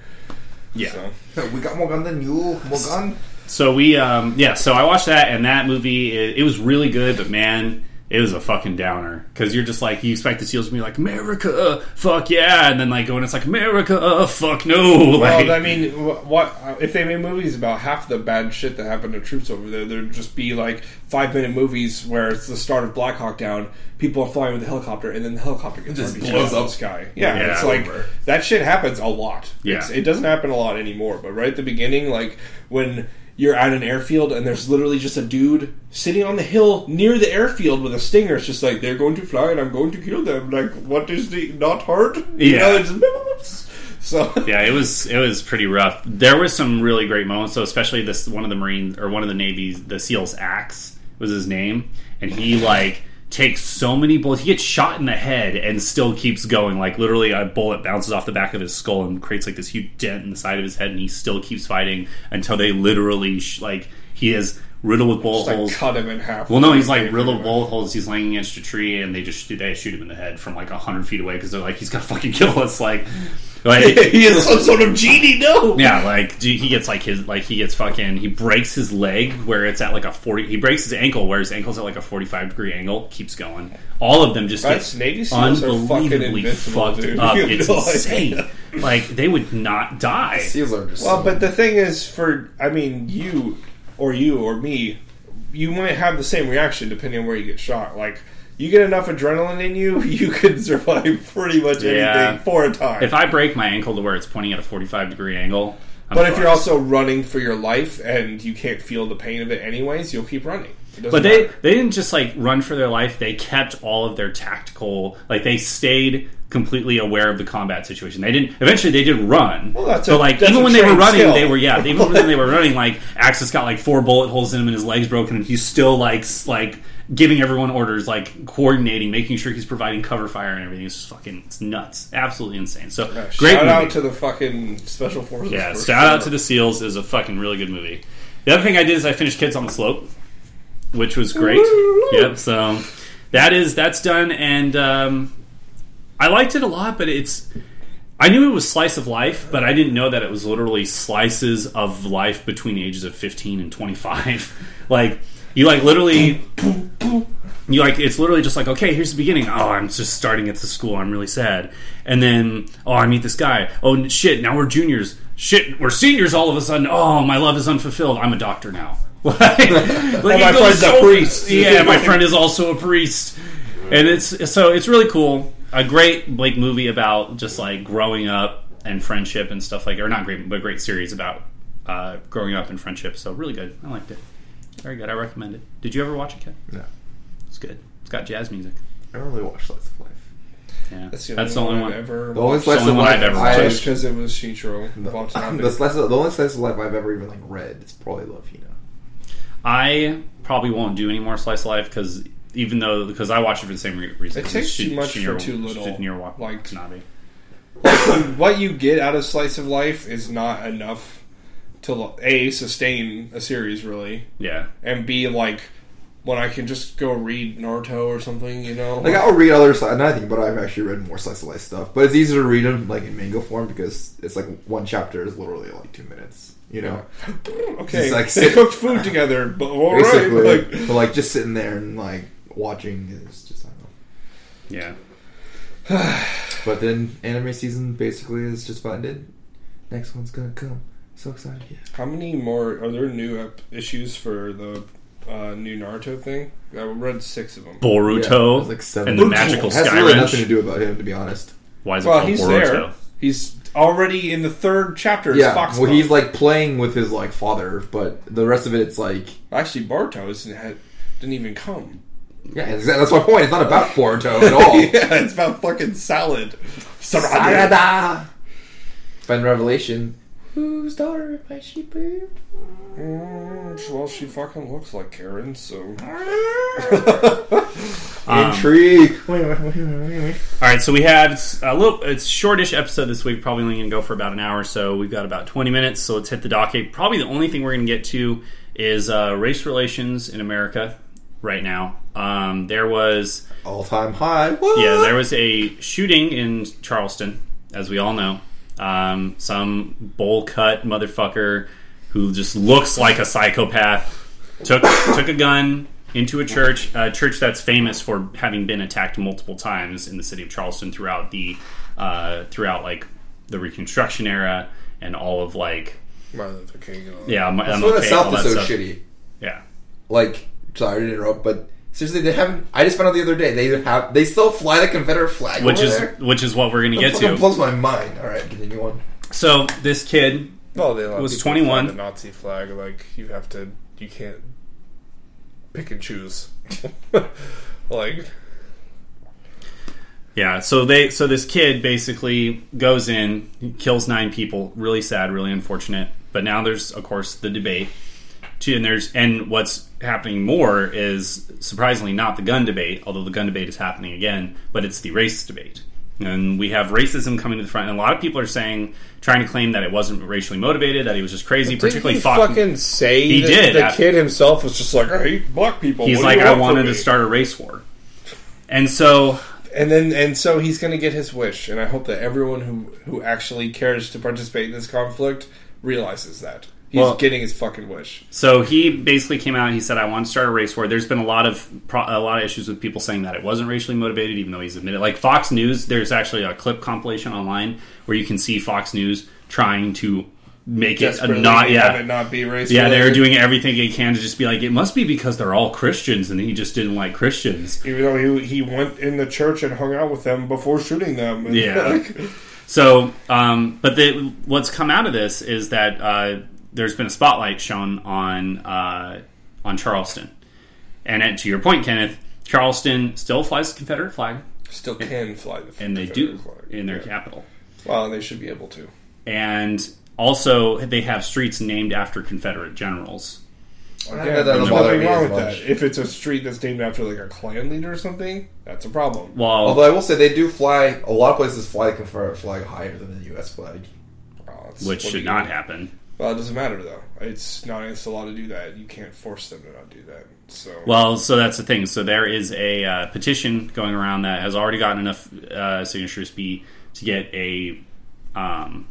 [SPEAKER 1] yeah.
[SPEAKER 2] So.
[SPEAKER 4] we got more gun than you. More gun.
[SPEAKER 1] So we, um, yeah. So I watched that, and that movie, it, it was really good, but man, it was a fucking downer because you're just like you expect the seals to be like America, fuck yeah, and then like going, it's like America, fuck no. Like,
[SPEAKER 2] Well, I mean, wh- what if they made movies about half the bad shit that happened to troops over there? There'd just be like five minute movies where it's the start of Black Hawk Down. People are flying with a helicopter, and then the helicopter gets
[SPEAKER 4] Just
[SPEAKER 2] RPG'd
[SPEAKER 4] blows
[SPEAKER 2] out of
[SPEAKER 4] up.
[SPEAKER 2] the sky. Yeah,
[SPEAKER 1] Yeah.
[SPEAKER 2] it's like
[SPEAKER 4] Over.
[SPEAKER 2] that shit happens a lot.
[SPEAKER 1] Yeah.
[SPEAKER 2] It's- it doesn't happen a lot anymore. But right at the beginning, like when. You're at an airfield and there's literally just a dude sitting on the hill near the airfield with a stinger. It's just like they're going to fly and I'm going to kill them. Like, what is the not hurt?
[SPEAKER 1] Yeah.
[SPEAKER 2] You know, it's just, so
[SPEAKER 1] yeah, it was it was pretty rough. There was some really great moments, so especially this one of the Marines or one of the Navy's the SEALs axe was his name, and he like takes so many bullets. He gets shot in the head and still keeps going. Like literally, a bullet bounces off the back of his skull and creates like this huge dent in the side of his head, and he still keeps fighting until they literally sh- like he is riddled with bullet
[SPEAKER 2] Just, like
[SPEAKER 1] holes.
[SPEAKER 2] cut him in half.
[SPEAKER 1] Well, no, he's like riddled with bullet holes. He's laying against a tree, and they just they shoot him in the head from like hundred feet away because they're like, he's gonna fucking kill us. Like, like
[SPEAKER 2] he is some sort of genie. No,
[SPEAKER 1] yeah, like gee, he gets like his like he gets fucking he breaks his leg where it's at like a forty. He breaks his ankle where his ankle's at like a forty-five degree angle. Keeps going. All of them just
[SPEAKER 2] That's-
[SPEAKER 1] get
[SPEAKER 2] Navy SEALs are fucking
[SPEAKER 1] unbelievably
[SPEAKER 2] invincible,
[SPEAKER 1] fucked
[SPEAKER 2] dude.
[SPEAKER 1] up.
[SPEAKER 2] You have
[SPEAKER 1] It's
[SPEAKER 2] no idea.
[SPEAKER 1] insane. Like they would not die.
[SPEAKER 4] Seals are just.
[SPEAKER 2] Well, but the thing is, for I mean, you or you or me, you might have the same reaction depending on where you get shot. Like you get enough adrenaline in you, you can survive pretty much anything
[SPEAKER 1] Yeah.
[SPEAKER 2] for a time.
[SPEAKER 1] If I break my ankle to where it's pointing at a 45 degree angle, I'm
[SPEAKER 2] but if you're
[SPEAKER 1] fucked.
[SPEAKER 2] also running for your life and you can't feel the pain of it anyways, you'll keep running. It doesn't
[SPEAKER 1] But they
[SPEAKER 2] matter.
[SPEAKER 1] they didn't just like run for their life. They kept all of their tactical. Like they stayed completely aware of the combat situation. They didn't. Eventually, they did run.
[SPEAKER 2] Well, that's
[SPEAKER 1] so
[SPEAKER 2] a-
[SPEAKER 1] like
[SPEAKER 2] that's
[SPEAKER 1] even
[SPEAKER 2] a
[SPEAKER 1] when they were
[SPEAKER 2] trained
[SPEAKER 1] running,
[SPEAKER 2] skill.
[SPEAKER 1] they were yeah. Even when they were running, like Axis got like four bullet holes in him and his legs broken, and he's still like s- like giving everyone orders, like coordinating, making sure he's providing cover fire and everything. It's just fucking it's nuts, absolutely insane. So great.
[SPEAKER 2] shout
[SPEAKER 1] movie.
[SPEAKER 2] out to the fucking special forces.
[SPEAKER 1] Yeah,
[SPEAKER 2] for
[SPEAKER 1] shout out
[SPEAKER 2] sure.
[SPEAKER 1] to the Seals is a fucking really good movie. The other thing I did is I finished Kids on the Slope, which was great. yep. So that is that's done, and um, I liked it a lot. But it's I knew it was slice of life, but I didn't know that it was literally slices of life between the ages of fifteen and twenty five. like you like literally you like it's literally just like okay here's the beginning oh i'm just starting at the school i'm really sad and then oh i meet this guy oh n- shit now we're juniors shit we're seniors all of a sudden oh my love is unfulfilled i'm a doctor now like, like my
[SPEAKER 2] friend's a priest.
[SPEAKER 1] yeah my friend is also a priest and it's so it's really cool a great like movie about just like growing up and friendship and stuff like or not great but a great series about uh, growing up and friendship so really good i liked it very good i recommend it did you ever watch it Ken?
[SPEAKER 4] No,
[SPEAKER 1] It's good. It's got jazz music.
[SPEAKER 4] I don't really watch Slice of Life.
[SPEAKER 1] Yeah,
[SPEAKER 2] That's the only, one, I've ever
[SPEAKER 4] The only
[SPEAKER 2] watched.
[SPEAKER 4] Slice
[SPEAKER 1] only
[SPEAKER 4] of
[SPEAKER 1] one
[SPEAKER 4] Life
[SPEAKER 1] I've ever
[SPEAKER 4] I-
[SPEAKER 2] Just because it was Shintaro Watanabe.
[SPEAKER 4] the, slice of, the only slice of life I've ever even like read is probably Love Hina.
[SPEAKER 1] I probably won't do any more slice of life because even though because I watch it for the same re- reason.
[SPEAKER 2] It takes too much for too little,
[SPEAKER 1] like
[SPEAKER 2] like-
[SPEAKER 1] Watanabe.
[SPEAKER 2] what you get out of slice of life is not enough to a sustain a series really,
[SPEAKER 1] Yeah,
[SPEAKER 2] and b like when I can just go read Naruto or something, you know.
[SPEAKER 4] Like I'll read other slice, nothing, but I've actually read more slice of life stuff. But it's easier to read them like in manga form because it's like one chapter is literally like two minutes. You know,
[SPEAKER 2] okay,
[SPEAKER 4] It's oh, like
[SPEAKER 2] they
[SPEAKER 4] sit-
[SPEAKER 2] cooked food together, but all right,
[SPEAKER 4] basically.
[SPEAKER 2] but, like
[SPEAKER 4] but like just sitting there and like watching is just I don't know.
[SPEAKER 1] yeah.
[SPEAKER 4] But then anime season basically is just about ended. Next one's gonna come. So excited! Yeah.
[SPEAKER 2] how many more are there new ep- issues for the uh, new Naruto thing? I read six of them.
[SPEAKER 4] Yeah,
[SPEAKER 1] Boruto
[SPEAKER 4] it's like seven.
[SPEAKER 1] and the
[SPEAKER 4] Boruto
[SPEAKER 1] magical
[SPEAKER 4] It has
[SPEAKER 1] sky
[SPEAKER 4] really
[SPEAKER 1] wrench.
[SPEAKER 4] nothing to do about him, to be honest.
[SPEAKER 1] Why is it
[SPEAKER 2] Well,
[SPEAKER 1] called
[SPEAKER 2] he's
[SPEAKER 1] Boruto?
[SPEAKER 2] there. He's already in the third chapter. It's
[SPEAKER 4] yeah,
[SPEAKER 2] Fox
[SPEAKER 4] well, he's
[SPEAKER 2] Bone.
[SPEAKER 4] like playing with his like father, but the rest of it, it's like
[SPEAKER 2] actually Barto isn't, had, didn't even come.
[SPEAKER 4] yeah, exa- that's my point. It's not about Boruto at all.
[SPEAKER 2] yeah, it's about fucking salad. Salad.
[SPEAKER 4] Sarada. Find Revelation. Whose daughter am I she boo?
[SPEAKER 2] Mm, well, she fucking looks like Karen, so.
[SPEAKER 1] Um,
[SPEAKER 4] Intrigue.
[SPEAKER 1] All right, so we have it's a little. It's a shortish episode this week. Probably only going to go for about an hour, so we've got about twenty minutes. So let's hit the docket. Probably the only thing we're going to get to is uh, race relations in America right now. Um, there was
[SPEAKER 4] All time high. What?
[SPEAKER 1] Yeah, there was a shooting in Charleston, as we all know. Um, some bowl cut motherfucker who just looks like a psychopath took took a gun into a church, a church that's famous for having been attacked multiple times in the city of Charleston throughout the uh, throughout like the Reconstruction era and all of like
[SPEAKER 5] Martin Luther King. And all that.
[SPEAKER 1] yeah,
[SPEAKER 4] That's
[SPEAKER 1] I'm
[SPEAKER 4] why the
[SPEAKER 1] okay, all
[SPEAKER 4] South is
[SPEAKER 1] that
[SPEAKER 4] so
[SPEAKER 1] stuff.
[SPEAKER 4] shitty.
[SPEAKER 1] Yeah,
[SPEAKER 4] Like, sorry to interrupt, but seriously, they haven't. I just found out the other day they have. They still fly the Confederate flag.
[SPEAKER 1] which
[SPEAKER 4] over
[SPEAKER 1] is
[SPEAKER 4] there.
[SPEAKER 1] which is what we're gonna get
[SPEAKER 4] Fucking
[SPEAKER 1] to.
[SPEAKER 4] blows my mind. All right, continue on.
[SPEAKER 1] So this kid
[SPEAKER 5] Well, they allowed
[SPEAKER 1] was
[SPEAKER 5] people to
[SPEAKER 1] 21.
[SPEAKER 5] fly The Nazi flag, like you have to, you can't pick and choose. like
[SPEAKER 1] Yeah, so they so this kid basically goes in, kills nine people. Really sad, really unfortunate. But now there's of course the debate. Too, and there's and what's happening more is surprisingly not the gun debate, although the gun debate is happening again, but it's the race debate. And we have racism coming to the front, and a lot of people are saying, trying to claim that it wasn't racially motivated, that he was just crazy. particularly,
[SPEAKER 5] Didn't
[SPEAKER 1] Fox-
[SPEAKER 5] he fucking say
[SPEAKER 1] He
[SPEAKER 5] that
[SPEAKER 1] did,
[SPEAKER 5] The
[SPEAKER 1] after-
[SPEAKER 5] kid himself was just like,
[SPEAKER 2] I hate black people.
[SPEAKER 1] he's
[SPEAKER 2] What do
[SPEAKER 1] like,
[SPEAKER 2] you
[SPEAKER 1] I
[SPEAKER 2] want from
[SPEAKER 1] wanted
[SPEAKER 2] me?"
[SPEAKER 1] to start a race war, and so
[SPEAKER 2] And then, and so he's going to get his wish, and I hope that everyone who who actually cares to participate in this conflict realizes that he's
[SPEAKER 1] Well-
[SPEAKER 2] getting his fucking wish.
[SPEAKER 1] So he basically came out and he said, "I want to start a race war." There's been a lot of pro- a lot of issues with people saying that it wasn't racially motivated, even though he's admitted. Like Fox News, there's actually a clip compilation online where you can see Fox News trying to make it a
[SPEAKER 2] Desperately
[SPEAKER 1] not yeah
[SPEAKER 2] have it not be racist.
[SPEAKER 1] yeah they were doing everything they can to just be like it must be because they're all Christians and he just didn't like Christians
[SPEAKER 2] Even though he, he went in the church and hung out with them before shooting them. And,
[SPEAKER 1] Yeah.
[SPEAKER 2] like,
[SPEAKER 1] so um, but the, what's come out of this is that uh, there's been a spotlight shown on uh, on Charleston and uh, to your point Kenneth Charleston still flies the Confederate flag
[SPEAKER 2] still can fly the
[SPEAKER 1] and they do
[SPEAKER 2] Confederate flag.
[SPEAKER 1] in their
[SPEAKER 2] Yeah.
[SPEAKER 1] capital
[SPEAKER 2] Well, and they should be able to.
[SPEAKER 1] and also they have streets named after Confederate generals.
[SPEAKER 2] Again,
[SPEAKER 4] that doesn't
[SPEAKER 2] there's
[SPEAKER 4] bother
[SPEAKER 2] nothing
[SPEAKER 4] me
[SPEAKER 2] wrong
[SPEAKER 4] as
[SPEAKER 2] with that.
[SPEAKER 4] much.
[SPEAKER 2] If it's a street that's named after like a Klan leader or something, that's a problem.
[SPEAKER 1] Well,
[SPEAKER 4] Although I will say they do fly a lot of places fly the Confederate flag higher than the U.S. flag.
[SPEAKER 2] Well, Uh, it's-
[SPEAKER 1] which
[SPEAKER 2] what do
[SPEAKER 1] should
[SPEAKER 2] you-
[SPEAKER 1] not happen.
[SPEAKER 2] Well, it doesn't matter though. It's not against the law to do that. You can't force them to not do that. So
[SPEAKER 1] Well, so that's the thing. So there is a uh, petition going around that has already gotten enough uh, signatures be to get a um,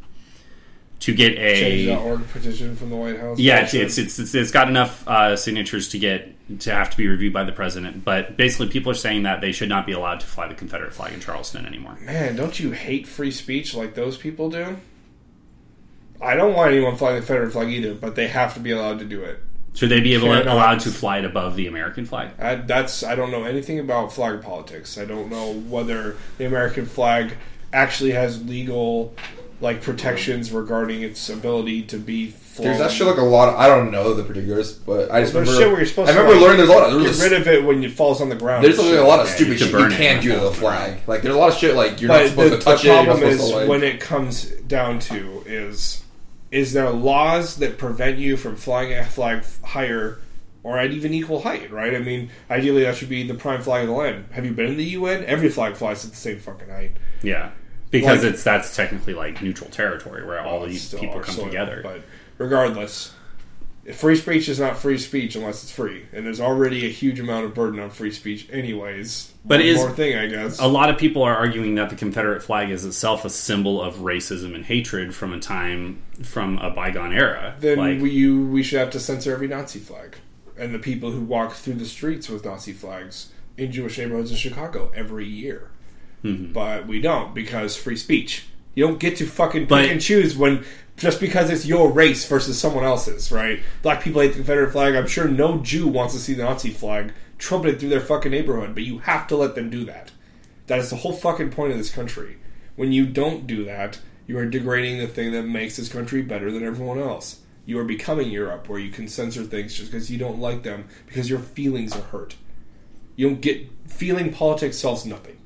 [SPEAKER 1] to get a
[SPEAKER 2] change.org petition from the White House.
[SPEAKER 1] yeah, it's, it's it's it's it's got enough uh, signatures to get to have to be reviewed by the president. But basically, people are saying that they should not be allowed to fly the Confederate flag in Charleston anymore.
[SPEAKER 2] Man, don't you hate free speech like those people do? I don't want anyone flying the Confederate flag either, but they have to be allowed to do it.
[SPEAKER 1] Should they be able
[SPEAKER 2] Cannot.
[SPEAKER 1] allowed to fly it above the American flag?
[SPEAKER 2] I, that's I don't know anything about flag politics. I don't know whether the American flag actually has legal like protections regarding its ability to be flown.
[SPEAKER 4] There's actually like a lot. Of, I don't know the particulars, but I just
[SPEAKER 2] There's
[SPEAKER 4] remember.
[SPEAKER 2] shit where you're supposed
[SPEAKER 4] I remember
[SPEAKER 2] to like,
[SPEAKER 4] learning there's a lot. Of, there's,
[SPEAKER 2] get rid of it when it falls on the ground.
[SPEAKER 4] there's
[SPEAKER 2] and
[SPEAKER 4] like
[SPEAKER 2] shit
[SPEAKER 4] a lot of
[SPEAKER 2] like that.
[SPEAKER 4] stupid
[SPEAKER 1] to
[SPEAKER 4] shit
[SPEAKER 1] burn
[SPEAKER 4] you
[SPEAKER 1] it.
[SPEAKER 4] can do to the flag. Like there's a lot of shit like you're not
[SPEAKER 2] But the,
[SPEAKER 4] supposed
[SPEAKER 2] the
[SPEAKER 4] to touch it. You're not
[SPEAKER 2] problem
[SPEAKER 4] supposed
[SPEAKER 2] is
[SPEAKER 4] to like.
[SPEAKER 2] when it comes down to is is there laws that prevent you from flying a flag higher or at even equal height, right? I mean, ideally that should be the prime flag of the land. Have you been in the UN? Every flag flies at the same fucking height.
[SPEAKER 1] Yeah, because
[SPEAKER 2] Like-
[SPEAKER 1] it's that's technically like neutral territory where all these
[SPEAKER 2] Still
[SPEAKER 1] people
[SPEAKER 2] our
[SPEAKER 1] come
[SPEAKER 2] soil,
[SPEAKER 1] together.
[SPEAKER 2] But regardless, free speech is not free speech unless it's free, and there's already a huge amount of burden on free speech, anyways.
[SPEAKER 1] But
[SPEAKER 2] One
[SPEAKER 1] is-
[SPEAKER 2] more thing, I guess.
[SPEAKER 1] a lot of people are arguing that the Confederate flag is itself a symbol of racism and hatred from a time from a bygone era.
[SPEAKER 2] then
[SPEAKER 1] like,
[SPEAKER 2] we you, we should have to censor every Nazi flag and the people who walk through the streets with Nazi flags in Jewish neighborhoods in Chicago every year.
[SPEAKER 1] Mm-hmm.
[SPEAKER 2] But we don't because free speech. You don't get to fucking pick
[SPEAKER 1] But-
[SPEAKER 2] and choose when just because it's your race versus someone else's, right? Black people hate the Confederate flag. I'm sure no Jew wants to see the Nazi flag trumpeted through their fucking neighborhood, but you have to let them do that. That is the whole fucking point of this country. When you don't do that, you are degrading the thing that makes this country better than everyone else. You are becoming Europe, where you can censor things just because you don't like them, because your feelings are hurt. You don't get feeling politics solves nothing.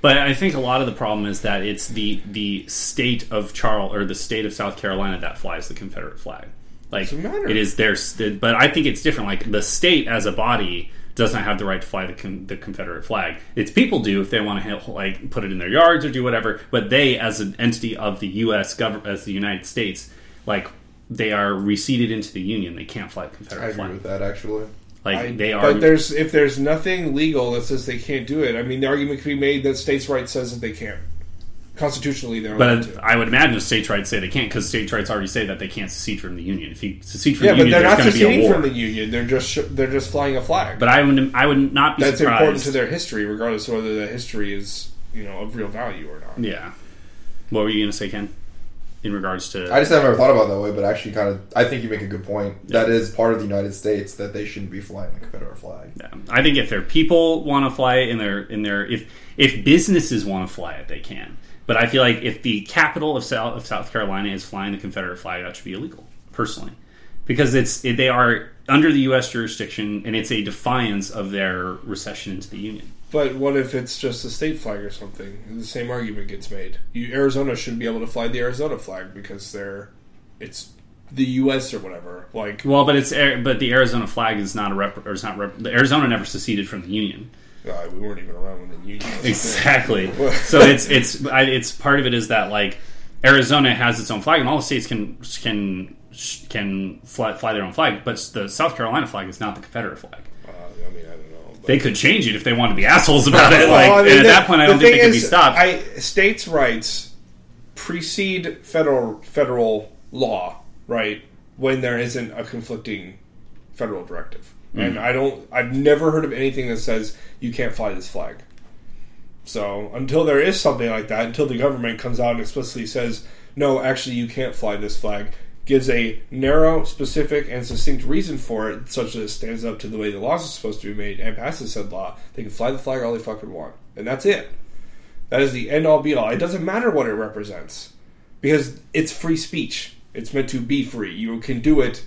[SPEAKER 1] but I think a lot of the problem is that it's the the state of Charles or the state of South Carolina that flies the Confederate flag. Like
[SPEAKER 2] Doesn't matter.
[SPEAKER 1] it is their, st- but I think it's different. Like the state as a body does not have the right to fly the, con- the Confederate flag. Its people do if they want to like put it in their yards or do whatever. But they, as an entity of the U.S. government, as the United States, like they are receded into the Union. They can't fly the
[SPEAKER 4] I
[SPEAKER 1] Confederate
[SPEAKER 4] agree
[SPEAKER 1] flag.
[SPEAKER 4] with that actually.
[SPEAKER 1] Like
[SPEAKER 2] I-
[SPEAKER 1] they are.
[SPEAKER 2] But there's if there's nothing legal that says they can't do it. I mean, the argument could be made that states' rights says that they can. Constitutionally, they're allowed
[SPEAKER 1] But
[SPEAKER 2] to.
[SPEAKER 1] I would imagine the states' rights say they can't because states' rights already say that they can't secede from the union. If you secede from
[SPEAKER 2] Yeah,
[SPEAKER 1] the
[SPEAKER 2] but
[SPEAKER 1] union,
[SPEAKER 2] they're
[SPEAKER 1] there's
[SPEAKER 2] not
[SPEAKER 1] going to be a
[SPEAKER 2] seceding
[SPEAKER 1] war.
[SPEAKER 2] from the union. They're just sh- they're just flying a flag.
[SPEAKER 1] but I would, I would not be
[SPEAKER 2] that's
[SPEAKER 1] surprised.
[SPEAKER 2] important to their history, regardless of whether that history is you know of real value or not.
[SPEAKER 1] yeah. What were you going to say, Ken? In regards to
[SPEAKER 4] I just haven't ever thought about it that way, but actually, kind of, I think you make a good point. That is part of the United States that they shouldn't be flying the Confederate flag.
[SPEAKER 1] Yeah. I think if their people want to fly it in their in their if if businesses want to fly it, they can. But I feel like if the capital of South of South Carolina is flying the Confederate flag, that should be illegal, personally, because it's it, they are under the U.S. jurisdiction and it's a defiance of their recession into the Union.
[SPEAKER 2] But what if it's just a state flag or something? The same argument gets made. You, Arizona shouldn't be able to fly the Arizona flag because they're it's the U.S. or whatever. Like, uh,
[SPEAKER 1] Well, but it's Ari- but the Arizona flag is not a rep, or is not rep, Arizona never seceded from the Union.
[SPEAKER 2] uh, we weren't even around when the Union. was a thing.
[SPEAKER 1] Exactly. so it's it's I, it's part of it is that like Arizona has its own flag, and all the states can can can fly, fly their own flag, but the South Carolina flag is not the Confederate flag.
[SPEAKER 2] Uh, I mean, I don't know. but-
[SPEAKER 1] They could change it if they want to be assholes about it. Like
[SPEAKER 2] Well, I mean,
[SPEAKER 1] and at
[SPEAKER 2] the-
[SPEAKER 1] that point, I
[SPEAKER 2] the
[SPEAKER 1] don't think they
[SPEAKER 2] thing
[SPEAKER 1] could be
[SPEAKER 2] is,
[SPEAKER 1] stopped.
[SPEAKER 2] I, states' rights precede federal federal law, right? When there isn't a conflicting federal directive, and
[SPEAKER 1] Mm-hmm.
[SPEAKER 2] I don't, I've never heard of anything that says you can't fly this flag. So until there is something like that, until the government comes out and explicitly says no, actually, you can't fly this flag, gives a narrow, specific, and succinct reason for it, such that it stands up to the way the laws are supposed to be made and passes said law, they can fly the flag all they fucking want. And that's it. That is the end all be all. It doesn't matter what it represents because it's free speech. It's meant to be free. You can do it,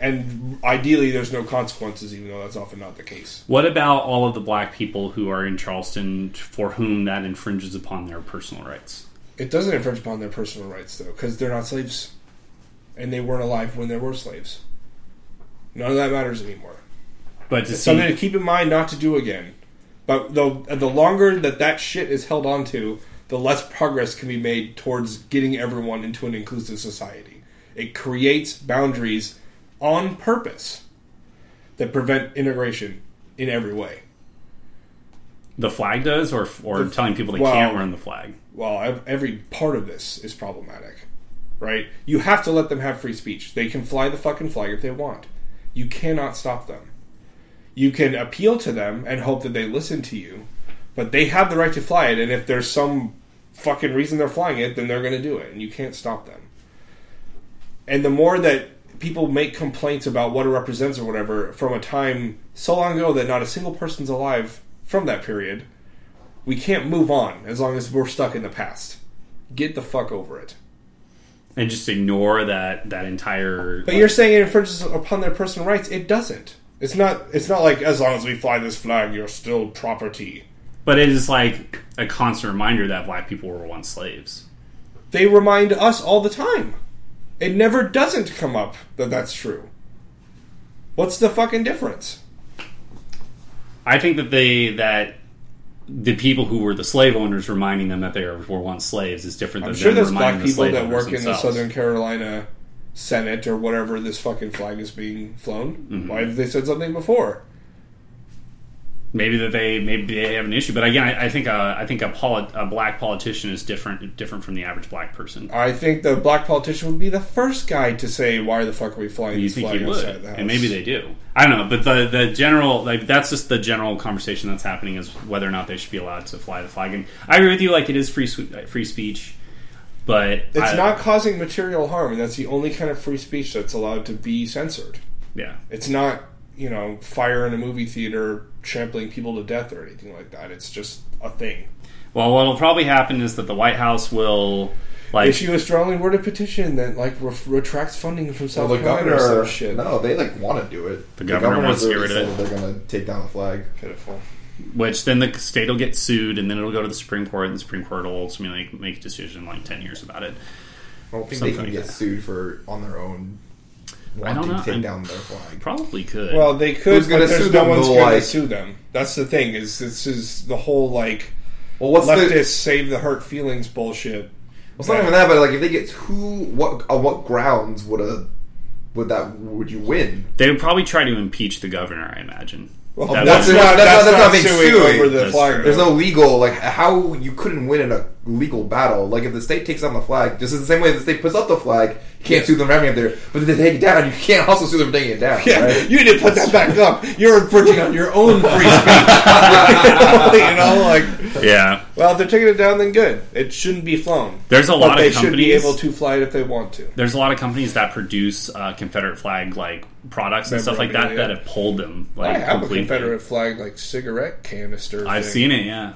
[SPEAKER 2] and ideally, there's no consequences, even though that's often not the case.
[SPEAKER 1] What about all of the black people who are in Charleston for whom that infringes upon their personal rights?
[SPEAKER 2] It doesn't infringe upon their personal rights, though, because they're not slaves, and they weren't alive when they were slaves. None of that matters anymore.
[SPEAKER 1] But to
[SPEAKER 2] It's something
[SPEAKER 1] see,
[SPEAKER 2] to keep in mind not to do again. But the the longer that that shit is held on to, the less progress can be made towards getting everyone into an inclusive society. It creates boundaries on purpose that prevent integration in every way.
[SPEAKER 1] the flag does, or or telling people they
[SPEAKER 2] well-
[SPEAKER 1] can't run the flag.
[SPEAKER 2] well, ev- every part of this is problematic, right? You have to let them have free speech. They can fly the fucking flag if they want. You cannot stop them. You can appeal to them and hope that they listen to you, but they have the right to fly it, and if there's some fucking reason they're flying it, then they're going to do it, and you can't stop them. And the more that people make complaints about what it represents or whatever from a time so long ago that not a single person's alive from that period, we can't move on as long as we're stuck in the past. Get the fuck over it.
[SPEAKER 1] and just ignore that that entire.
[SPEAKER 2] But you're saying it infringes upon their personal rights. It doesn't. It's not. It's not like as long as we fly this flag, you're still property.
[SPEAKER 1] but it is like a constant reminder that black people were once slaves.
[SPEAKER 2] They remind us all the time. It never doesn't come up that that's true. What's the fucking difference?
[SPEAKER 1] I think that they that the people who were the slave owners reminding them that they were once slaves is different than
[SPEAKER 2] I'm sure
[SPEAKER 1] them
[SPEAKER 2] there's
[SPEAKER 1] reminding
[SPEAKER 2] black
[SPEAKER 1] the
[SPEAKER 2] people
[SPEAKER 1] slave
[SPEAKER 2] that
[SPEAKER 1] owners
[SPEAKER 2] work in the
[SPEAKER 1] themselves.
[SPEAKER 2] Southern Carolina Senate or whatever this fucking flag is being flown.
[SPEAKER 1] Mm-hmm.
[SPEAKER 2] Why have they said something before?
[SPEAKER 1] Maybe that they maybe they have an issue, but again, I, I think uh, I think a, poli- a black politician is different different from the average black person.
[SPEAKER 2] I think the black politician would be the first guy to say, "Why the fuck are we flying
[SPEAKER 1] You
[SPEAKER 2] this
[SPEAKER 1] think
[SPEAKER 2] flag
[SPEAKER 1] he would,
[SPEAKER 2] outside the house?"
[SPEAKER 1] and maybe they do. I don't know, but the the general like that's just the general conversation that's happening is whether or not they should be allowed to fly the flag. And I agree with you, like it is free swe- uh, free speech, but
[SPEAKER 2] It's
[SPEAKER 1] I-
[SPEAKER 2] not causing material harm, and that's the only kind of free speech that's allowed to be censored.
[SPEAKER 1] Yeah,
[SPEAKER 2] It's not, you know, fire in a movie theater, trampling people to death, or anything like that. It's just a thing.
[SPEAKER 1] well, what'll probably happen is that the White House will like
[SPEAKER 2] Issue a strongly worded petition that like re- retracts funding from
[SPEAKER 4] Well,
[SPEAKER 2] South
[SPEAKER 4] the
[SPEAKER 2] Carolina or
[SPEAKER 4] governor,
[SPEAKER 2] some shit.
[SPEAKER 4] no, they like want to do it.
[SPEAKER 1] The governor wants to get
[SPEAKER 4] already
[SPEAKER 1] rid of
[SPEAKER 4] said They're gonna take down the flag.
[SPEAKER 2] Pitiful.
[SPEAKER 1] which then the state will get sued, and then it'll go to the Supreme Court, and the Supreme Court will ultimately make, make a decision in, like ten years about it.
[SPEAKER 4] I don't think
[SPEAKER 1] Something
[SPEAKER 4] they can
[SPEAKER 1] like
[SPEAKER 4] get
[SPEAKER 1] that.
[SPEAKER 4] sued for on their own
[SPEAKER 1] I don't
[SPEAKER 4] wanting
[SPEAKER 1] know,
[SPEAKER 4] to take
[SPEAKER 1] I'm-
[SPEAKER 4] down their flag.
[SPEAKER 1] Probably could.
[SPEAKER 2] Well, they could,
[SPEAKER 4] Who's
[SPEAKER 2] but
[SPEAKER 4] gonna
[SPEAKER 2] there's
[SPEAKER 4] sue
[SPEAKER 2] no
[SPEAKER 4] them,
[SPEAKER 2] one's
[SPEAKER 4] though,
[SPEAKER 2] going to
[SPEAKER 4] like-
[SPEAKER 2] sue them. That's the thing. Is this is the whole like
[SPEAKER 4] Well, what's
[SPEAKER 2] leftist
[SPEAKER 4] the?
[SPEAKER 2] save the hurt feelings bullshit?
[SPEAKER 4] It's not even that, but like if they get who, what on what grounds would a would that would you win?
[SPEAKER 1] they would probably try to impeach the governor. I imagine.
[SPEAKER 2] Well,
[SPEAKER 1] That
[SPEAKER 2] Oh, that's,
[SPEAKER 1] was-
[SPEAKER 2] not,
[SPEAKER 4] that's
[SPEAKER 2] that's,
[SPEAKER 4] not-
[SPEAKER 2] not,
[SPEAKER 4] that's not
[SPEAKER 2] suing
[SPEAKER 4] suing.
[SPEAKER 2] over the
[SPEAKER 1] That's
[SPEAKER 2] flag.
[SPEAKER 1] true.
[SPEAKER 4] There's no legal like how you couldn't win in a legal battle. Like if the state takes down the flag, just in the same way the state puts up the flag, you can't sue them for having it there. But if they take it down, you can't also sue them for taking it down.
[SPEAKER 2] Yeah,
[SPEAKER 4] right?
[SPEAKER 2] you need to put that back up. You're infringing on your own free speech. you know, like,
[SPEAKER 1] Yeah,
[SPEAKER 2] well, if they're taking it down, then good. It shouldn't be flown.
[SPEAKER 1] there's a
[SPEAKER 2] But
[SPEAKER 1] lot
[SPEAKER 2] they
[SPEAKER 1] of
[SPEAKER 2] should be
[SPEAKER 1] companies.
[SPEAKER 2] able to fly it if they want to.
[SPEAKER 1] there's a lot of companies that produce uh, Confederate flag like products and stuff like that
[SPEAKER 2] Memorabilia.
[SPEAKER 1] that have pulled them.
[SPEAKER 2] I
[SPEAKER 1] Like,
[SPEAKER 2] have a
[SPEAKER 1] completely.
[SPEAKER 2] Confederate flag like cigarette canister.
[SPEAKER 1] I've
[SPEAKER 2] thing,
[SPEAKER 1] seen it. Yeah,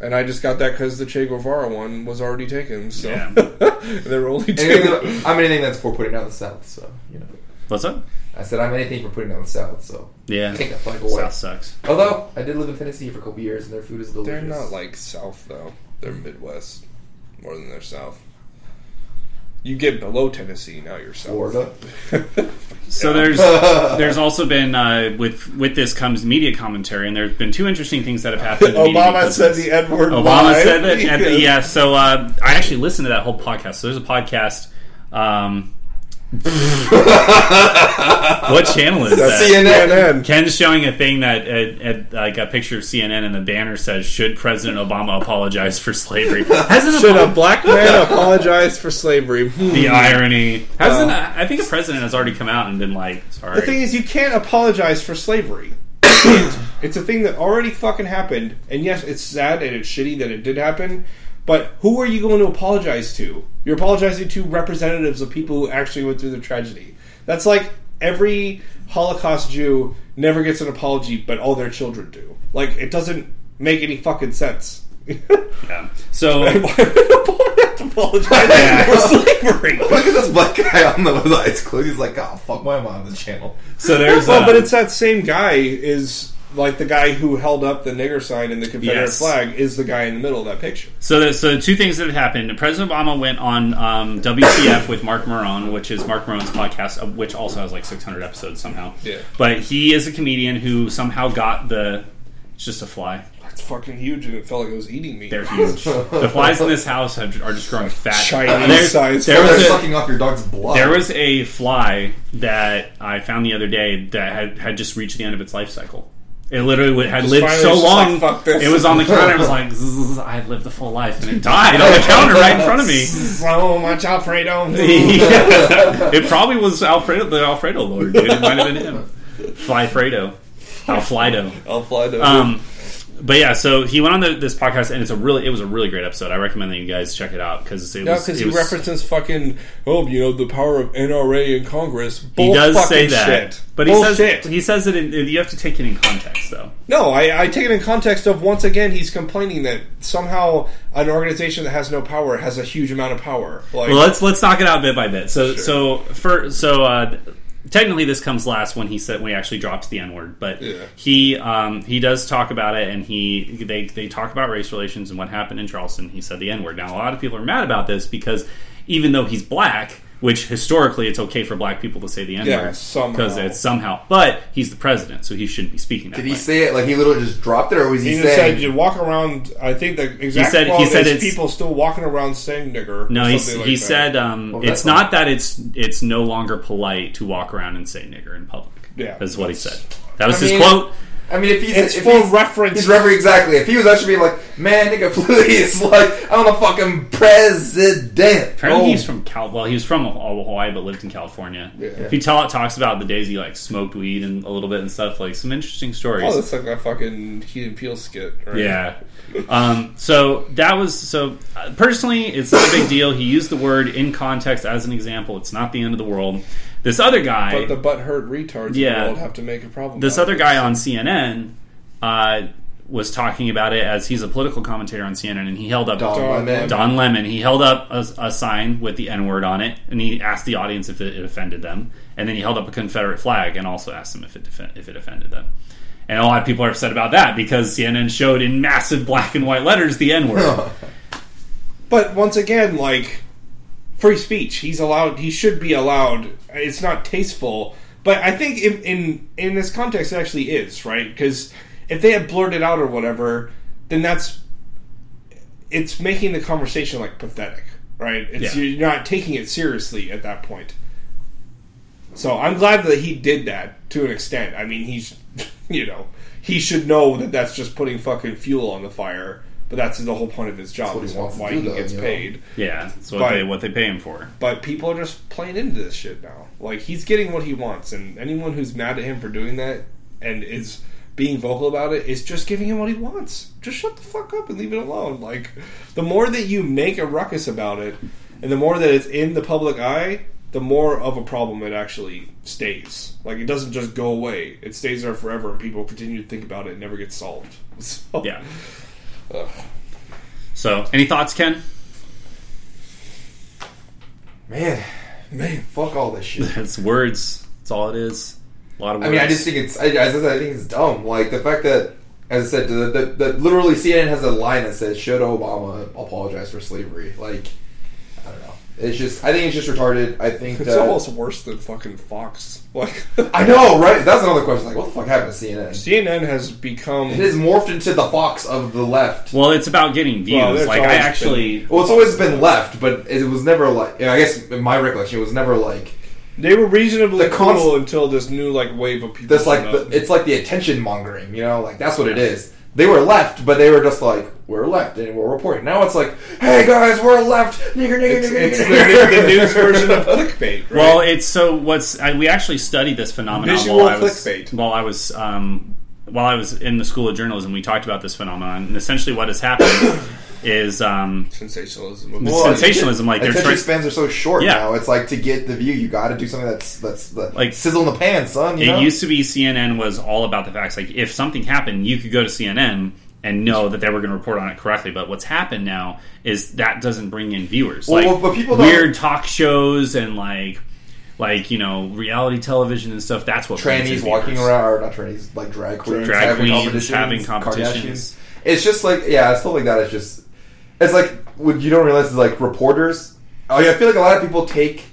[SPEAKER 2] and I just got that because the Che Guevara one was already taken. So
[SPEAKER 1] yeah.
[SPEAKER 2] there were only
[SPEAKER 4] Anything
[SPEAKER 2] two.
[SPEAKER 4] that- I'm anything that's for putting down the South, so you know.
[SPEAKER 1] What's up?
[SPEAKER 4] I said I'm anything for putting down the South, so
[SPEAKER 1] Yeah,
[SPEAKER 4] take that flag away.
[SPEAKER 1] South sucks.
[SPEAKER 4] Although I did live in Tennessee for a couple years, and their food is
[SPEAKER 2] They're
[SPEAKER 4] delicious.
[SPEAKER 2] not like South though. They're Midwest more than they're South. You get below Tennessee, now you're South.
[SPEAKER 4] Florida.
[SPEAKER 1] So there's there's also been uh, with with this comes media commentary, and there's been two interesting things that have happened. in media
[SPEAKER 2] Obama said
[SPEAKER 1] business.
[SPEAKER 2] the N word.
[SPEAKER 1] Obama said that. and- yeah. So uh, I actually listened to that whole podcast. So there's a podcast. Um, what channel is that?
[SPEAKER 4] CNN.
[SPEAKER 1] Ken's showing a thing that at, at, like a picture of CNN, and the banner says, "Should President Obama apologize for slavery?" Hasn't
[SPEAKER 2] Should a
[SPEAKER 1] Obama-
[SPEAKER 2] black man apologize for slavery? Hmm.
[SPEAKER 1] the irony hasn't? I think a president has already come out and been like, "Sorry."
[SPEAKER 2] Oh. The thing is, you can't apologize for slavery. It- it's a thing that already fucking happened, and yes, it's sad and it's shitty that it did happen. But who are you going to apologize to? You're apologizing to representatives of people who actually went through the tragedy. That's like every Holocaust Jew never gets an apology, but all their children do. Like it doesn't make any fucking sense.
[SPEAKER 1] Yeah. So
[SPEAKER 2] Why would a boy have to apologize for slavery?
[SPEAKER 4] Look at this black guy on the with eyes closed. He's like, oh, fuck my mom on the channel.
[SPEAKER 1] so there's
[SPEAKER 2] Well,
[SPEAKER 1] uh,
[SPEAKER 2] but it's that same guy is like the guy who held up the nigger sign and the Confederate
[SPEAKER 1] Yes.
[SPEAKER 2] flag is the guy in the middle of that picture.
[SPEAKER 1] So, the, so two things that have happened. President Obama went on um, WTF with Mark Maron, which is Mark Maron's podcast, of which also has like 600 episodes somehow.
[SPEAKER 2] Yeah.
[SPEAKER 1] But he is a comedian who somehow got the. It's just a fly.
[SPEAKER 2] It's fucking huge, and it felt like it was eating me.
[SPEAKER 1] They're huge. the flies in this house have, are just growing fat.
[SPEAKER 2] Chinese
[SPEAKER 1] There's-
[SPEAKER 2] size
[SPEAKER 1] There
[SPEAKER 4] They're
[SPEAKER 1] was a,
[SPEAKER 4] sucking off your dog's blood.
[SPEAKER 1] there was a fly that I found the other day that had, had just reached the end of its life cycle. It literally would, had lived
[SPEAKER 2] finally
[SPEAKER 1] so
[SPEAKER 2] was just
[SPEAKER 1] long.
[SPEAKER 2] like, "Fuck this."
[SPEAKER 1] it was on the counter. It was like "Zzz, I had lived the full life, and it died on the counter right in front of me.
[SPEAKER 2] so much Alfredo.
[SPEAKER 1] it probably was Alfredo, the Alfredo Lord, dude. It might have been him. Flyfredo. Alflido.
[SPEAKER 2] Alfredo.
[SPEAKER 1] Um, but yeah, so he went on the, this podcast, and it's a really, it was a really great episode. I recommend that you guys check it out because it
[SPEAKER 2] yeah,
[SPEAKER 1] was.
[SPEAKER 2] because
[SPEAKER 1] it
[SPEAKER 2] he
[SPEAKER 1] was-
[SPEAKER 2] references fucking oh, you know, the power of NRA in Congress. Bull
[SPEAKER 1] he does
[SPEAKER 2] fucking
[SPEAKER 1] say that,
[SPEAKER 2] shit.
[SPEAKER 1] but he
[SPEAKER 2] Bullshit.
[SPEAKER 1] says he says it. In, you have to take it in context, though.
[SPEAKER 2] No, I, I take it in context of once again he's complaining that somehow an organization that has no power has a huge amount of power. Like
[SPEAKER 1] Well, let's let's knock it out bit by bit. So so for so uh, technically this comes last when he said when he actually drops the N word, but
[SPEAKER 2] Yeah.
[SPEAKER 1] he um, he does talk about it and he they they talk about race relations and what happened in Charleston. He said the N word. Now a lot of people are mad about this because even though he's black. Which historically it's okay for black people to say the N
[SPEAKER 2] Yeah,
[SPEAKER 1] word
[SPEAKER 2] somehow.
[SPEAKER 1] because it's somehow, but he's the president, so he shouldn't be speaking that
[SPEAKER 4] Did
[SPEAKER 1] way.
[SPEAKER 4] he say it like he literally just dropped it, or was he,
[SPEAKER 2] he just
[SPEAKER 4] saying?
[SPEAKER 2] said you walk around. I think the exact
[SPEAKER 1] said- he
[SPEAKER 2] quote
[SPEAKER 1] said
[SPEAKER 2] is
[SPEAKER 1] it's-
[SPEAKER 2] people still walking around saying nigger.
[SPEAKER 1] No,
[SPEAKER 2] or
[SPEAKER 1] he,
[SPEAKER 2] something like
[SPEAKER 1] he
[SPEAKER 2] that.
[SPEAKER 1] said um,
[SPEAKER 4] Well,
[SPEAKER 1] it's
[SPEAKER 4] that's
[SPEAKER 1] not that it's it's no longer polite to walk around and say nigger in public.
[SPEAKER 2] Yeah.
[SPEAKER 1] that's what he said. That was
[SPEAKER 4] I
[SPEAKER 1] his
[SPEAKER 4] mean-
[SPEAKER 1] quote.
[SPEAKER 4] I mean, if he's
[SPEAKER 2] It's
[SPEAKER 4] if
[SPEAKER 2] for
[SPEAKER 4] he's-
[SPEAKER 2] reference.
[SPEAKER 4] he's referring exactly. If he was actually being like, man, nigga, please, like, I'm the fucking president.
[SPEAKER 1] Apparently,
[SPEAKER 4] Oh,
[SPEAKER 1] he's from Cal. Well, he was from Hawaii, but lived in California. He tell, talks about the days he like smoked weed and a little bit and stuff. Like some interesting stories.
[SPEAKER 2] Oh, that's like that fucking Key and Peele skit. Right?
[SPEAKER 1] Yeah. Um, so that was so. uh, Personally, it's not a big deal. He used the word in context as an example. It's not the end of the world. This other guy,
[SPEAKER 2] But the butt hurt retards in
[SPEAKER 1] Yeah.
[SPEAKER 2] the world have to make a problem.
[SPEAKER 1] this
[SPEAKER 2] out of
[SPEAKER 1] other
[SPEAKER 2] it.
[SPEAKER 1] guy on CNN uh, was talking about it as he's a political commentator on CNN, and he held up
[SPEAKER 4] Don
[SPEAKER 2] Don
[SPEAKER 4] Lemon.
[SPEAKER 1] Don Lemon. He held up a, a sign with the N word on it, and he asked the audience if it, offended them. And then he held up a Confederate flag and also asked them if it defen- if it offended them. And a lot of people are upset about that because CNN showed in massive black and white letters the N word.
[SPEAKER 2] But once again, like free speech, he's allowed. He should be allowed. It's not tasteful, but I think in in, in this context, it actually is right because if they had blurted out or whatever, then that's it's making the conversation like pathetic, right? It's
[SPEAKER 1] Yeah.
[SPEAKER 2] you're not taking it seriously at that point. So I'm glad that he did that to an extent. I mean, he's, you know, he should know that that's just putting fucking fuel on the fire. But that's the whole point of his job.
[SPEAKER 4] what he
[SPEAKER 2] is
[SPEAKER 4] wants to
[SPEAKER 2] why
[SPEAKER 4] do,
[SPEAKER 2] he
[SPEAKER 4] though,
[SPEAKER 2] gets
[SPEAKER 4] you know?
[SPEAKER 2] paid.
[SPEAKER 1] yeah, that's what
[SPEAKER 2] But-
[SPEAKER 1] they what they pay him for.
[SPEAKER 2] But people are just playing into this shit now. Like he's getting what he wants, and anyone who's mad at him for doing that and is being vocal about it is just giving him what he wants. Just shut the fuck up and leave it alone. Like the more that you make a ruckus about it, and the more that it's in the public eye, the more of a problem it actually stays. Like it doesn't just go away; it stays there forever, and people continue to think about it and never gets solved. So,
[SPEAKER 1] Yeah.
[SPEAKER 2] Ugh.
[SPEAKER 1] So, any thoughts, Ken?
[SPEAKER 4] man, man, fuck all this shit.
[SPEAKER 1] It's words. That's all it is. A lot of words.
[SPEAKER 4] I mean, I just think it's. I, I, said I think it's dumb. Like the fact that, as I said, that, that, that literally CNN has a line that says, "Should Obama apologize for slavery?" Like, I don't know. It's just. I think it's just retarded. I think
[SPEAKER 2] It's
[SPEAKER 4] that.
[SPEAKER 2] almost worse than fucking Fox. Like
[SPEAKER 4] I know, right? That's another question. Like, what the fuck happened to CNN?
[SPEAKER 2] CNN has become
[SPEAKER 4] It has morphed into the Fox of the left.
[SPEAKER 1] well, it's about getting views.
[SPEAKER 2] Well, there's
[SPEAKER 1] like I
[SPEAKER 2] always been-
[SPEAKER 1] actually
[SPEAKER 4] Well, it's always been left, but it was never like. You know, I guess in my recollection, it was never like
[SPEAKER 2] They were reasonably
[SPEAKER 4] The cons-
[SPEAKER 2] cool until this new like wave of people.
[SPEAKER 4] this. Like
[SPEAKER 2] showed
[SPEAKER 4] the,
[SPEAKER 2] up.
[SPEAKER 4] it's like the attention mongering. You know, like that's what it is. They were left, but they were just like we're left and we're reporting. Now it's like, hey guys, we're left. Nigger, nigger,
[SPEAKER 2] it's,
[SPEAKER 4] nigger,
[SPEAKER 2] it's
[SPEAKER 4] nigger,
[SPEAKER 2] the, the
[SPEAKER 4] nigger.
[SPEAKER 2] news version of clickbait. Right?
[SPEAKER 1] Well, it's so what's I, we actually studied this phenomenon
[SPEAKER 2] Visual
[SPEAKER 1] while I was
[SPEAKER 2] clickbait.
[SPEAKER 1] while I was um, while I was in the school of journalism. We talked about this phenomenon, and essentially what has happened is um,
[SPEAKER 2] sensationalism.
[SPEAKER 1] Well, sensationalism, like, they're
[SPEAKER 4] attention
[SPEAKER 1] trying-
[SPEAKER 4] spans are so short
[SPEAKER 1] Yeah.
[SPEAKER 4] now. It's like to get the view, you got to do something that's that's the,
[SPEAKER 1] Like-
[SPEAKER 4] like sizzle in the pan, son. You
[SPEAKER 1] it
[SPEAKER 4] know?
[SPEAKER 1] used to be CNN was all about the facts. Like if something happened, you could go to CNN and know that they were going to report on it correctly. But what's happened now is that doesn't bring in viewers.
[SPEAKER 4] Well,
[SPEAKER 1] like
[SPEAKER 4] well, but people don't-
[SPEAKER 1] weird talk shows and like like you know reality television and stuff. That's what brings in
[SPEAKER 4] trannies walking
[SPEAKER 1] viewers.
[SPEAKER 4] around, or not trannies, like drag queens,
[SPEAKER 1] Drag
[SPEAKER 4] having,
[SPEAKER 1] queens
[SPEAKER 4] competitions,
[SPEAKER 1] having competitions.
[SPEAKER 4] Kardashians. It's just like yeah, stuff like that. It's just it's like what you don't realize is like reporters. Oh yeah, I feel like a lot of people take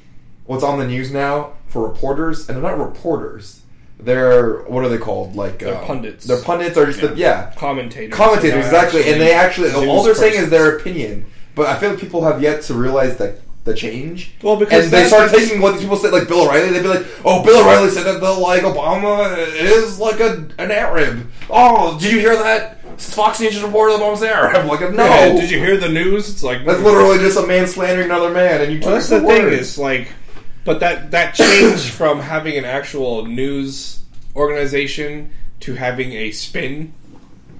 [SPEAKER 4] what's on the news now for reporters, and they're not reporters. They're what are they called? Like um,
[SPEAKER 2] They're pundits.
[SPEAKER 4] They're pundits are just the yeah
[SPEAKER 2] commentators.
[SPEAKER 4] commentators
[SPEAKER 2] They're not
[SPEAKER 4] exactly, and they actually all
[SPEAKER 2] news
[SPEAKER 4] they're saying is
[SPEAKER 2] persons.
[SPEAKER 4] their opinion. But I feel like people have yet to realize that the change.
[SPEAKER 2] Well, because
[SPEAKER 4] and they
[SPEAKER 2] that's-
[SPEAKER 4] start taking what these people said, like Bill O'Reilly. They'd be like, "Oh, Bill O'Reilly said that the like Obama is like a an Arab." Oh, did you hear that? Fox News just reported Obama's an Arab. I'm like, no,
[SPEAKER 2] Yeah, did you hear the news? It's like
[SPEAKER 4] That's literally just a man slandering another man, and you.
[SPEAKER 2] Well,
[SPEAKER 4] took
[SPEAKER 2] that's
[SPEAKER 4] his
[SPEAKER 2] the thing
[SPEAKER 4] word.
[SPEAKER 2] is like, but that that change from having an actual news organization to having a spin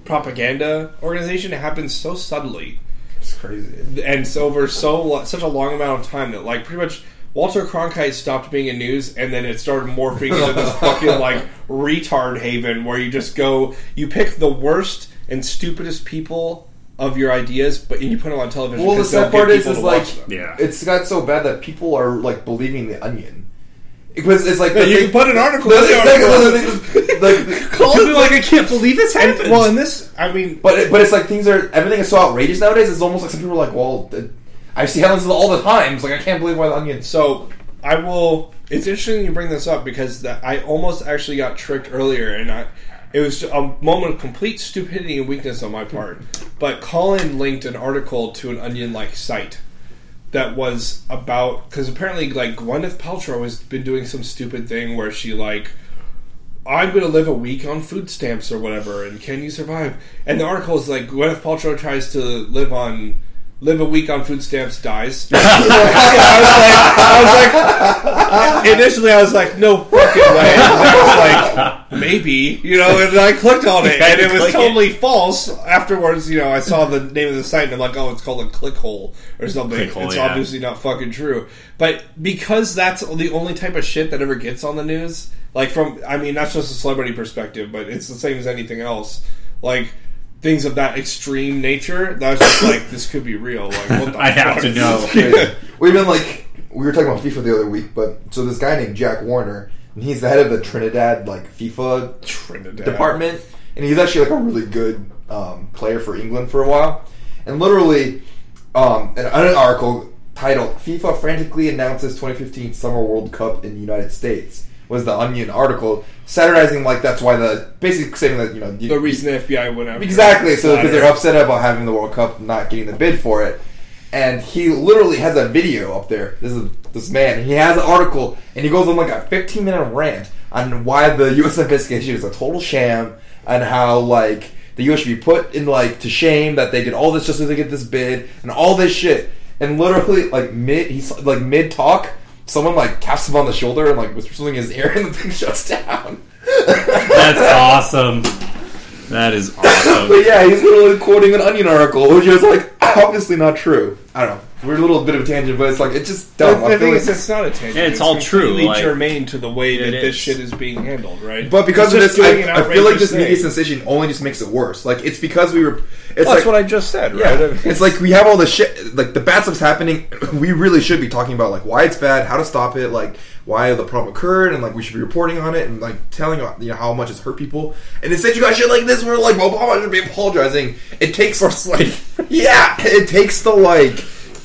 [SPEAKER 2] propaganda organization happens so subtly
[SPEAKER 4] it's crazy.
[SPEAKER 2] and so over so lo- such a long amount of time that like pretty much Walter Cronkite stopped being in news, and then it started morphing into this fucking like retard haven where you just go, you pick the worst and stupidest people of your ideas, but and you put them on television.
[SPEAKER 4] Well, the
[SPEAKER 2] 'cause they'll
[SPEAKER 4] sad
[SPEAKER 2] get
[SPEAKER 4] part is,
[SPEAKER 2] people
[SPEAKER 4] is
[SPEAKER 2] to watch
[SPEAKER 4] like,
[SPEAKER 2] them.
[SPEAKER 1] Yeah.
[SPEAKER 4] it's got so bad that people are like believing the Onion. Because it's like
[SPEAKER 2] Yeah,
[SPEAKER 4] the
[SPEAKER 2] you
[SPEAKER 4] thing-
[SPEAKER 2] can put an article
[SPEAKER 4] No,
[SPEAKER 2] in the
[SPEAKER 4] exactly, the- the- the-
[SPEAKER 1] People be like I can't believe this
[SPEAKER 2] And,
[SPEAKER 1] happened.
[SPEAKER 2] well, in this, I mean,
[SPEAKER 4] But it, but it's like things are everything is so outrageous nowadays. It's almost like some people are like, well, th- I see headlines of it all the time. It's like I can't believe why the onions.
[SPEAKER 2] so I will. It's interesting you bring this up because that I almost actually got tricked earlier, and I it was a moment of complete stupidity and weakness on my part. But Colin linked an article to an Onion-like site that was about because apparently, like Gwyneth Paltrow has been doing some stupid thing where she like. I'm going to live a week on food stamps or whatever, and can you survive? And the article is like Gwyneth Paltrow tries to live on live a week on food stamps, dies. I was like, I was like, initially I was like, no fucking way. And I was like, maybe, you know, and I clicked on it, and it was
[SPEAKER 1] click it.
[SPEAKER 2] totally false. Afterwards, you know, I saw the name of the site, and I'm like, oh, it's called a clickhole or something.
[SPEAKER 1] Clickhole,
[SPEAKER 2] it's
[SPEAKER 1] yeah.
[SPEAKER 2] obviously not fucking true. But because that's the only type of shit that ever gets on the news, like from, I mean, that's just a celebrity perspective, but it's the same as anything else. Like. Things of that extreme nature. That's just like this could be real. Like what the
[SPEAKER 1] I have
[SPEAKER 2] fuck?
[SPEAKER 1] to know.
[SPEAKER 4] We've been like we were talking about FIFA the other week, but so this guy named Jack Warner, and he's the head of the Trinidad like FIFA
[SPEAKER 2] Trinidad.
[SPEAKER 4] department, and he's actually like a really good um, player for England for a while. And literally, um, an, an article titled "FIFA frantically announces 2015 Summer World Cup in the United States" was the Onion article satirizing like that's why the basically saying that you know you-
[SPEAKER 2] the reason the FBI went after
[SPEAKER 4] Exactly. So
[SPEAKER 2] Blatter.
[SPEAKER 4] because they're upset about having the World Cup, not getting the bid for it, and he literally has a video up there. This is this man. He has an article, and he goes on like a 15 minute rant on why the U.S. investigation is a total sham and how like the U.S. should be put in like to shame that they did all this just so they get this bid and all this shit. And literally, like mid, he's like mid talk. Someone like taps him on the shoulder and like whispers something in his ear, and the thing shuts down.
[SPEAKER 1] That's awesome. That is awesome.
[SPEAKER 4] But yeah, he's literally quoting an Onion article, which is like obviously not true. I don't know. We're a little bit of a tangent, but it's like it's just dumb.
[SPEAKER 2] The,
[SPEAKER 4] I
[SPEAKER 2] the
[SPEAKER 4] feel
[SPEAKER 2] thing
[SPEAKER 4] like-
[SPEAKER 2] is, it's not a tangent.
[SPEAKER 1] Yeah, it's all true,
[SPEAKER 2] completely
[SPEAKER 1] like-
[SPEAKER 2] germane to the way that
[SPEAKER 1] It is.
[SPEAKER 2] this shit is being handled, right?
[SPEAKER 4] but because of
[SPEAKER 2] It's just
[SPEAKER 4] this, I,
[SPEAKER 2] doing an
[SPEAKER 4] I feel like
[SPEAKER 2] outrageous
[SPEAKER 4] this media
[SPEAKER 2] thing.
[SPEAKER 4] sensation only just makes it worse. Like it's because we were.
[SPEAKER 2] Well,
[SPEAKER 4] It's like,
[SPEAKER 2] that's what I just said,
[SPEAKER 4] Yeah,
[SPEAKER 2] right? I mean,
[SPEAKER 4] it's like we have all the shit, like the bad stuff's happening. We really should be talking about like why it's bad, how to stop it, like why the problem occurred, and like we should be reporting on it and like telling uh, you know how much it's hurt people. And instead, you got shit like this where like Obama should be apologizing. It takes us like yeah, it takes the like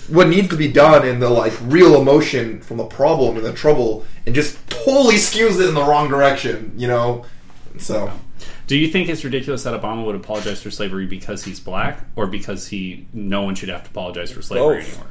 [SPEAKER 4] what needs to be done and the like real emotion from the problem and the trouble, and just totally skews it in the wrong direction. You know, so.
[SPEAKER 1] Do you think it's ridiculous that Obama would apologize for slavery because he's black, or because he no one should have to apologize for slavery
[SPEAKER 2] Both.
[SPEAKER 1] anymore?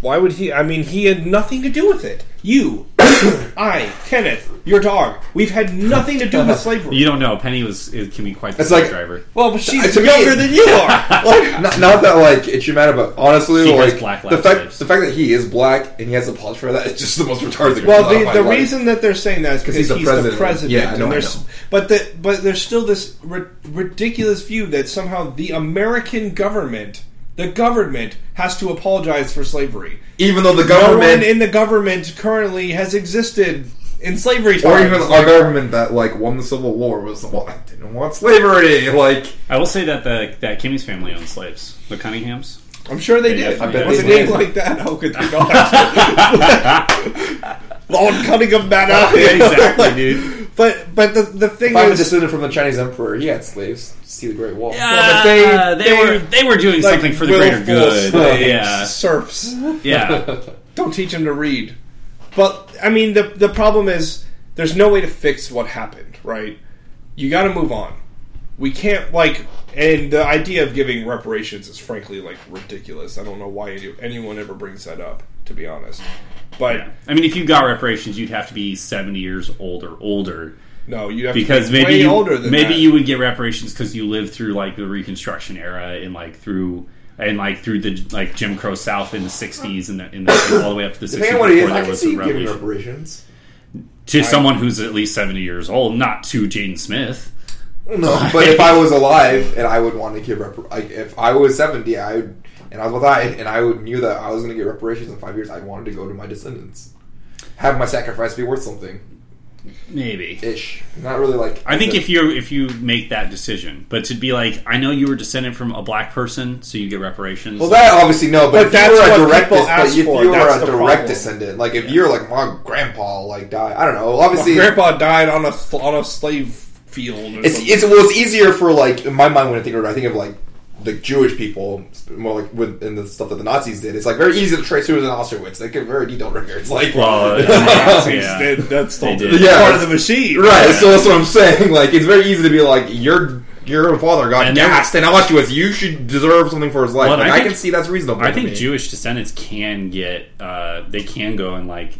[SPEAKER 2] why would he? I mean, he had nothing to do with it. You, I, Kenneth, your dog. We've had nothing to do with slavery.
[SPEAKER 1] You don't know. Penny was it can be quite the
[SPEAKER 4] It's
[SPEAKER 1] slave
[SPEAKER 4] like-
[SPEAKER 1] driver.
[SPEAKER 2] well, but she's
[SPEAKER 4] To me-
[SPEAKER 2] younger than you are. Like,
[SPEAKER 4] not, not that like it should matter, but honestly,
[SPEAKER 1] He has
[SPEAKER 4] like
[SPEAKER 1] black
[SPEAKER 4] the
[SPEAKER 1] lives
[SPEAKER 4] fact
[SPEAKER 1] matters.
[SPEAKER 4] the fact that he is black and he has to apologize for that is just the most retarded. thing
[SPEAKER 2] Well,
[SPEAKER 4] I've heard in my
[SPEAKER 2] the, the
[SPEAKER 4] life.
[SPEAKER 2] reason that they're saying that is because he's, the president.
[SPEAKER 4] Yeah, I
[SPEAKER 2] and
[SPEAKER 4] know, I
[SPEAKER 2] there's,
[SPEAKER 4] know.
[SPEAKER 2] But the, but there's still this ri- ridiculous view that somehow the American government, The government has to apologize for slavery.
[SPEAKER 4] Even though the
[SPEAKER 2] No one
[SPEAKER 4] government,
[SPEAKER 2] in the government currently has existed in slavery times.
[SPEAKER 4] or even our government that like won the Civil War was the one that didn't want slavery. Like
[SPEAKER 1] I will say that the that Kimmy's family owned slaves, the Cunninghams.
[SPEAKER 2] I'm sure they
[SPEAKER 1] Yeah,
[SPEAKER 2] did.
[SPEAKER 1] yeah, I bet
[SPEAKER 2] With
[SPEAKER 4] they
[SPEAKER 2] a name
[SPEAKER 4] did.
[SPEAKER 2] like that, Oh, how could they not? Lord Cunningham Manor.
[SPEAKER 1] exactly, dude.
[SPEAKER 2] But but the the thing
[SPEAKER 4] if I'm a
[SPEAKER 2] is,
[SPEAKER 4] descendant from the Chinese emperor, he had slaves. See the Great Wall.
[SPEAKER 2] but they-
[SPEAKER 1] Uh, they,
[SPEAKER 2] they
[SPEAKER 1] were they were doing
[SPEAKER 2] like,
[SPEAKER 1] something for the
[SPEAKER 2] willful
[SPEAKER 1] greater good.
[SPEAKER 2] slaves,
[SPEAKER 1] Yeah,
[SPEAKER 2] serfs.
[SPEAKER 1] yeah.
[SPEAKER 2] Don't teach him to read. But I mean, the the problem is there's no way to fix what happened. Right? You got to move on. We can't like, and the idea of giving reparations is frankly like ridiculous. I don't know why any- anyone ever brings that up. To be honest, but
[SPEAKER 1] I mean, if you got reparations, you'd have to be seventy years old or older.
[SPEAKER 2] no, you have
[SPEAKER 1] Because
[SPEAKER 2] to be
[SPEAKER 1] maybe
[SPEAKER 2] way
[SPEAKER 1] you,
[SPEAKER 2] older than
[SPEAKER 1] maybe
[SPEAKER 2] that.
[SPEAKER 1] you would get reparations because you lived through like the Reconstruction era and like through and like through the like Jim Crow South in the '60s and, the, and the, all the way up to the '60s
[SPEAKER 4] Depending
[SPEAKER 1] before
[SPEAKER 4] on what it is,
[SPEAKER 1] there
[SPEAKER 4] I can
[SPEAKER 1] was
[SPEAKER 4] see
[SPEAKER 1] a
[SPEAKER 4] you giving
[SPEAKER 1] revolution.
[SPEAKER 4] reparations.
[SPEAKER 1] to someone who's at least 70 years old, not to Jaden Smith.
[SPEAKER 4] No, but if I was alive and I would want to give repar- like if I was seventy, I would, and I was alive and I would knew that I was going to get reparations in five years. I wanted to go to my descendants, have my sacrifice be worth something
[SPEAKER 1] Maybe.
[SPEAKER 4] ish. Not really like
[SPEAKER 1] I think if you if you make that decision, but to be like, I know you were descended from a black person, so you get reparations.
[SPEAKER 4] well that obviously no,
[SPEAKER 2] But
[SPEAKER 4] but,
[SPEAKER 2] that's
[SPEAKER 4] if you were
[SPEAKER 2] what
[SPEAKER 4] a direct
[SPEAKER 2] people
[SPEAKER 4] des- but
[SPEAKER 2] ask
[SPEAKER 4] if you
[SPEAKER 2] for,
[SPEAKER 4] were
[SPEAKER 2] that's
[SPEAKER 4] a
[SPEAKER 2] the
[SPEAKER 4] direct
[SPEAKER 2] problem.
[SPEAKER 4] descendant, like if you're like my grandpa like died, I don't know. Obviously,
[SPEAKER 2] My grandpa died on a on a slave field. Or
[SPEAKER 4] It's
[SPEAKER 2] something.
[SPEAKER 4] it's well, it's easier for like in my mind when I think of it, I think of like the Jewish people more like with and the stuff that the Nazis did. It's like very easy to trace who was in Auschwitz. They get very detailed records. Like
[SPEAKER 1] Well,
[SPEAKER 4] right,
[SPEAKER 1] uh,
[SPEAKER 2] Nazis
[SPEAKER 1] yeah.
[SPEAKER 2] did. That's the
[SPEAKER 1] They
[SPEAKER 2] whole-
[SPEAKER 1] did.
[SPEAKER 4] Yeah.
[SPEAKER 2] part of the machine,
[SPEAKER 4] so that's what I'm saying. Like it's very easy to be like your your father got
[SPEAKER 1] And there-
[SPEAKER 4] gassed in Auschwitz. You should deserve something for his life.
[SPEAKER 1] Well,
[SPEAKER 4] like,
[SPEAKER 1] I
[SPEAKER 4] I,
[SPEAKER 1] think-
[SPEAKER 4] can see that's reasonable.
[SPEAKER 1] I
[SPEAKER 4] to
[SPEAKER 1] think
[SPEAKER 4] me.
[SPEAKER 1] Jewish descendants can get, uh, they can go and like,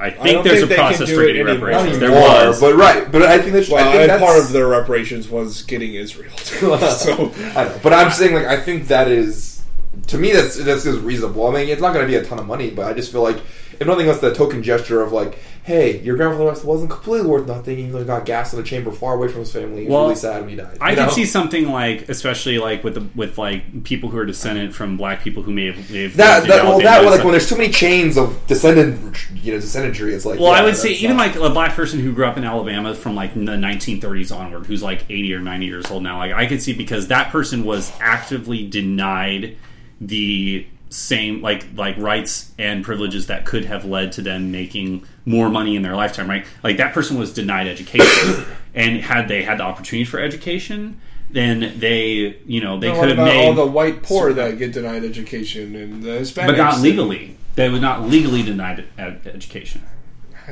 [SPEAKER 1] I think
[SPEAKER 2] don't
[SPEAKER 1] there's
[SPEAKER 2] think
[SPEAKER 1] a
[SPEAKER 2] they can
[SPEAKER 1] process
[SPEAKER 2] do
[SPEAKER 1] for
[SPEAKER 2] it
[SPEAKER 1] getting
[SPEAKER 2] anymore.
[SPEAKER 1] reparations. There
[SPEAKER 4] Or-
[SPEAKER 1] was.
[SPEAKER 4] but right, but I think that's I
[SPEAKER 2] Well,
[SPEAKER 4] think
[SPEAKER 2] and
[SPEAKER 4] that's
[SPEAKER 2] part of their reparations was getting Israel. Too, so
[SPEAKER 4] I know, but I'm saying like I think that is to me that's that's is reasonable. I mean, it's not going to be a ton of money, but I just feel like if nothing else, the token gesture of like, hey, your grandfather wasn't completely worth nothing, even though he got gassed in a chamber far away from his family. He was
[SPEAKER 1] Well,
[SPEAKER 4] really sad when he died.
[SPEAKER 1] I
[SPEAKER 4] you
[SPEAKER 1] can
[SPEAKER 4] know?
[SPEAKER 1] see something like, especially like with the with like people who are descended from black people who may have, may have
[SPEAKER 4] that. That well,
[SPEAKER 1] developed
[SPEAKER 4] that
[SPEAKER 1] into
[SPEAKER 4] well, like
[SPEAKER 1] some-
[SPEAKER 4] when there's too many chains of descendant, you know, descendantry. It's like,
[SPEAKER 1] Well,
[SPEAKER 4] yeah,
[SPEAKER 1] I would
[SPEAKER 4] that's
[SPEAKER 1] say even
[SPEAKER 4] not-
[SPEAKER 1] like a black person who grew up in Alabama from like the 1930s onward, who's like 80 or 90 years old now, like I could see because that person was actively denied the same like like rights and privileges that could have led to them making more money in their lifetime, right? Like that person was denied education, and had they had the opportunity for education, then they you know they
[SPEAKER 2] what
[SPEAKER 1] could have
[SPEAKER 2] about
[SPEAKER 1] made
[SPEAKER 2] all the white poor that get denied education and the Hispanics?
[SPEAKER 1] but not legally. They were not legally denied ed- ed- education.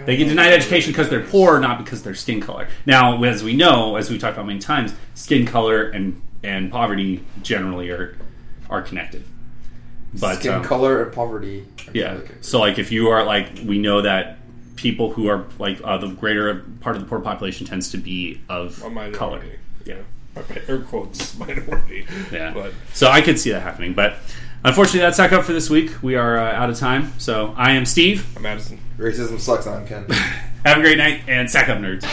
[SPEAKER 1] They get denied education because they're poor, not because their skin color. Now, as we know, as we talked about many times, skin color and and poverty generally are are connected. But
[SPEAKER 4] skin
[SPEAKER 1] um,
[SPEAKER 4] color and poverty.
[SPEAKER 1] yeah. So, like, if you are like, we know that people who are like uh, the greater part of the poor population tends to be of
[SPEAKER 2] A minority.
[SPEAKER 1] color. Yeah.
[SPEAKER 2] air quotes minority.
[SPEAKER 1] Yeah.
[SPEAKER 2] But
[SPEAKER 1] So I could see that happening, but. Unfortunately, that's not up for this week. We are uh, out of time. So I am Steve.
[SPEAKER 2] Madison.
[SPEAKER 4] Racism sucks. I'm Ken.
[SPEAKER 1] Have a great night and sack up, nerds.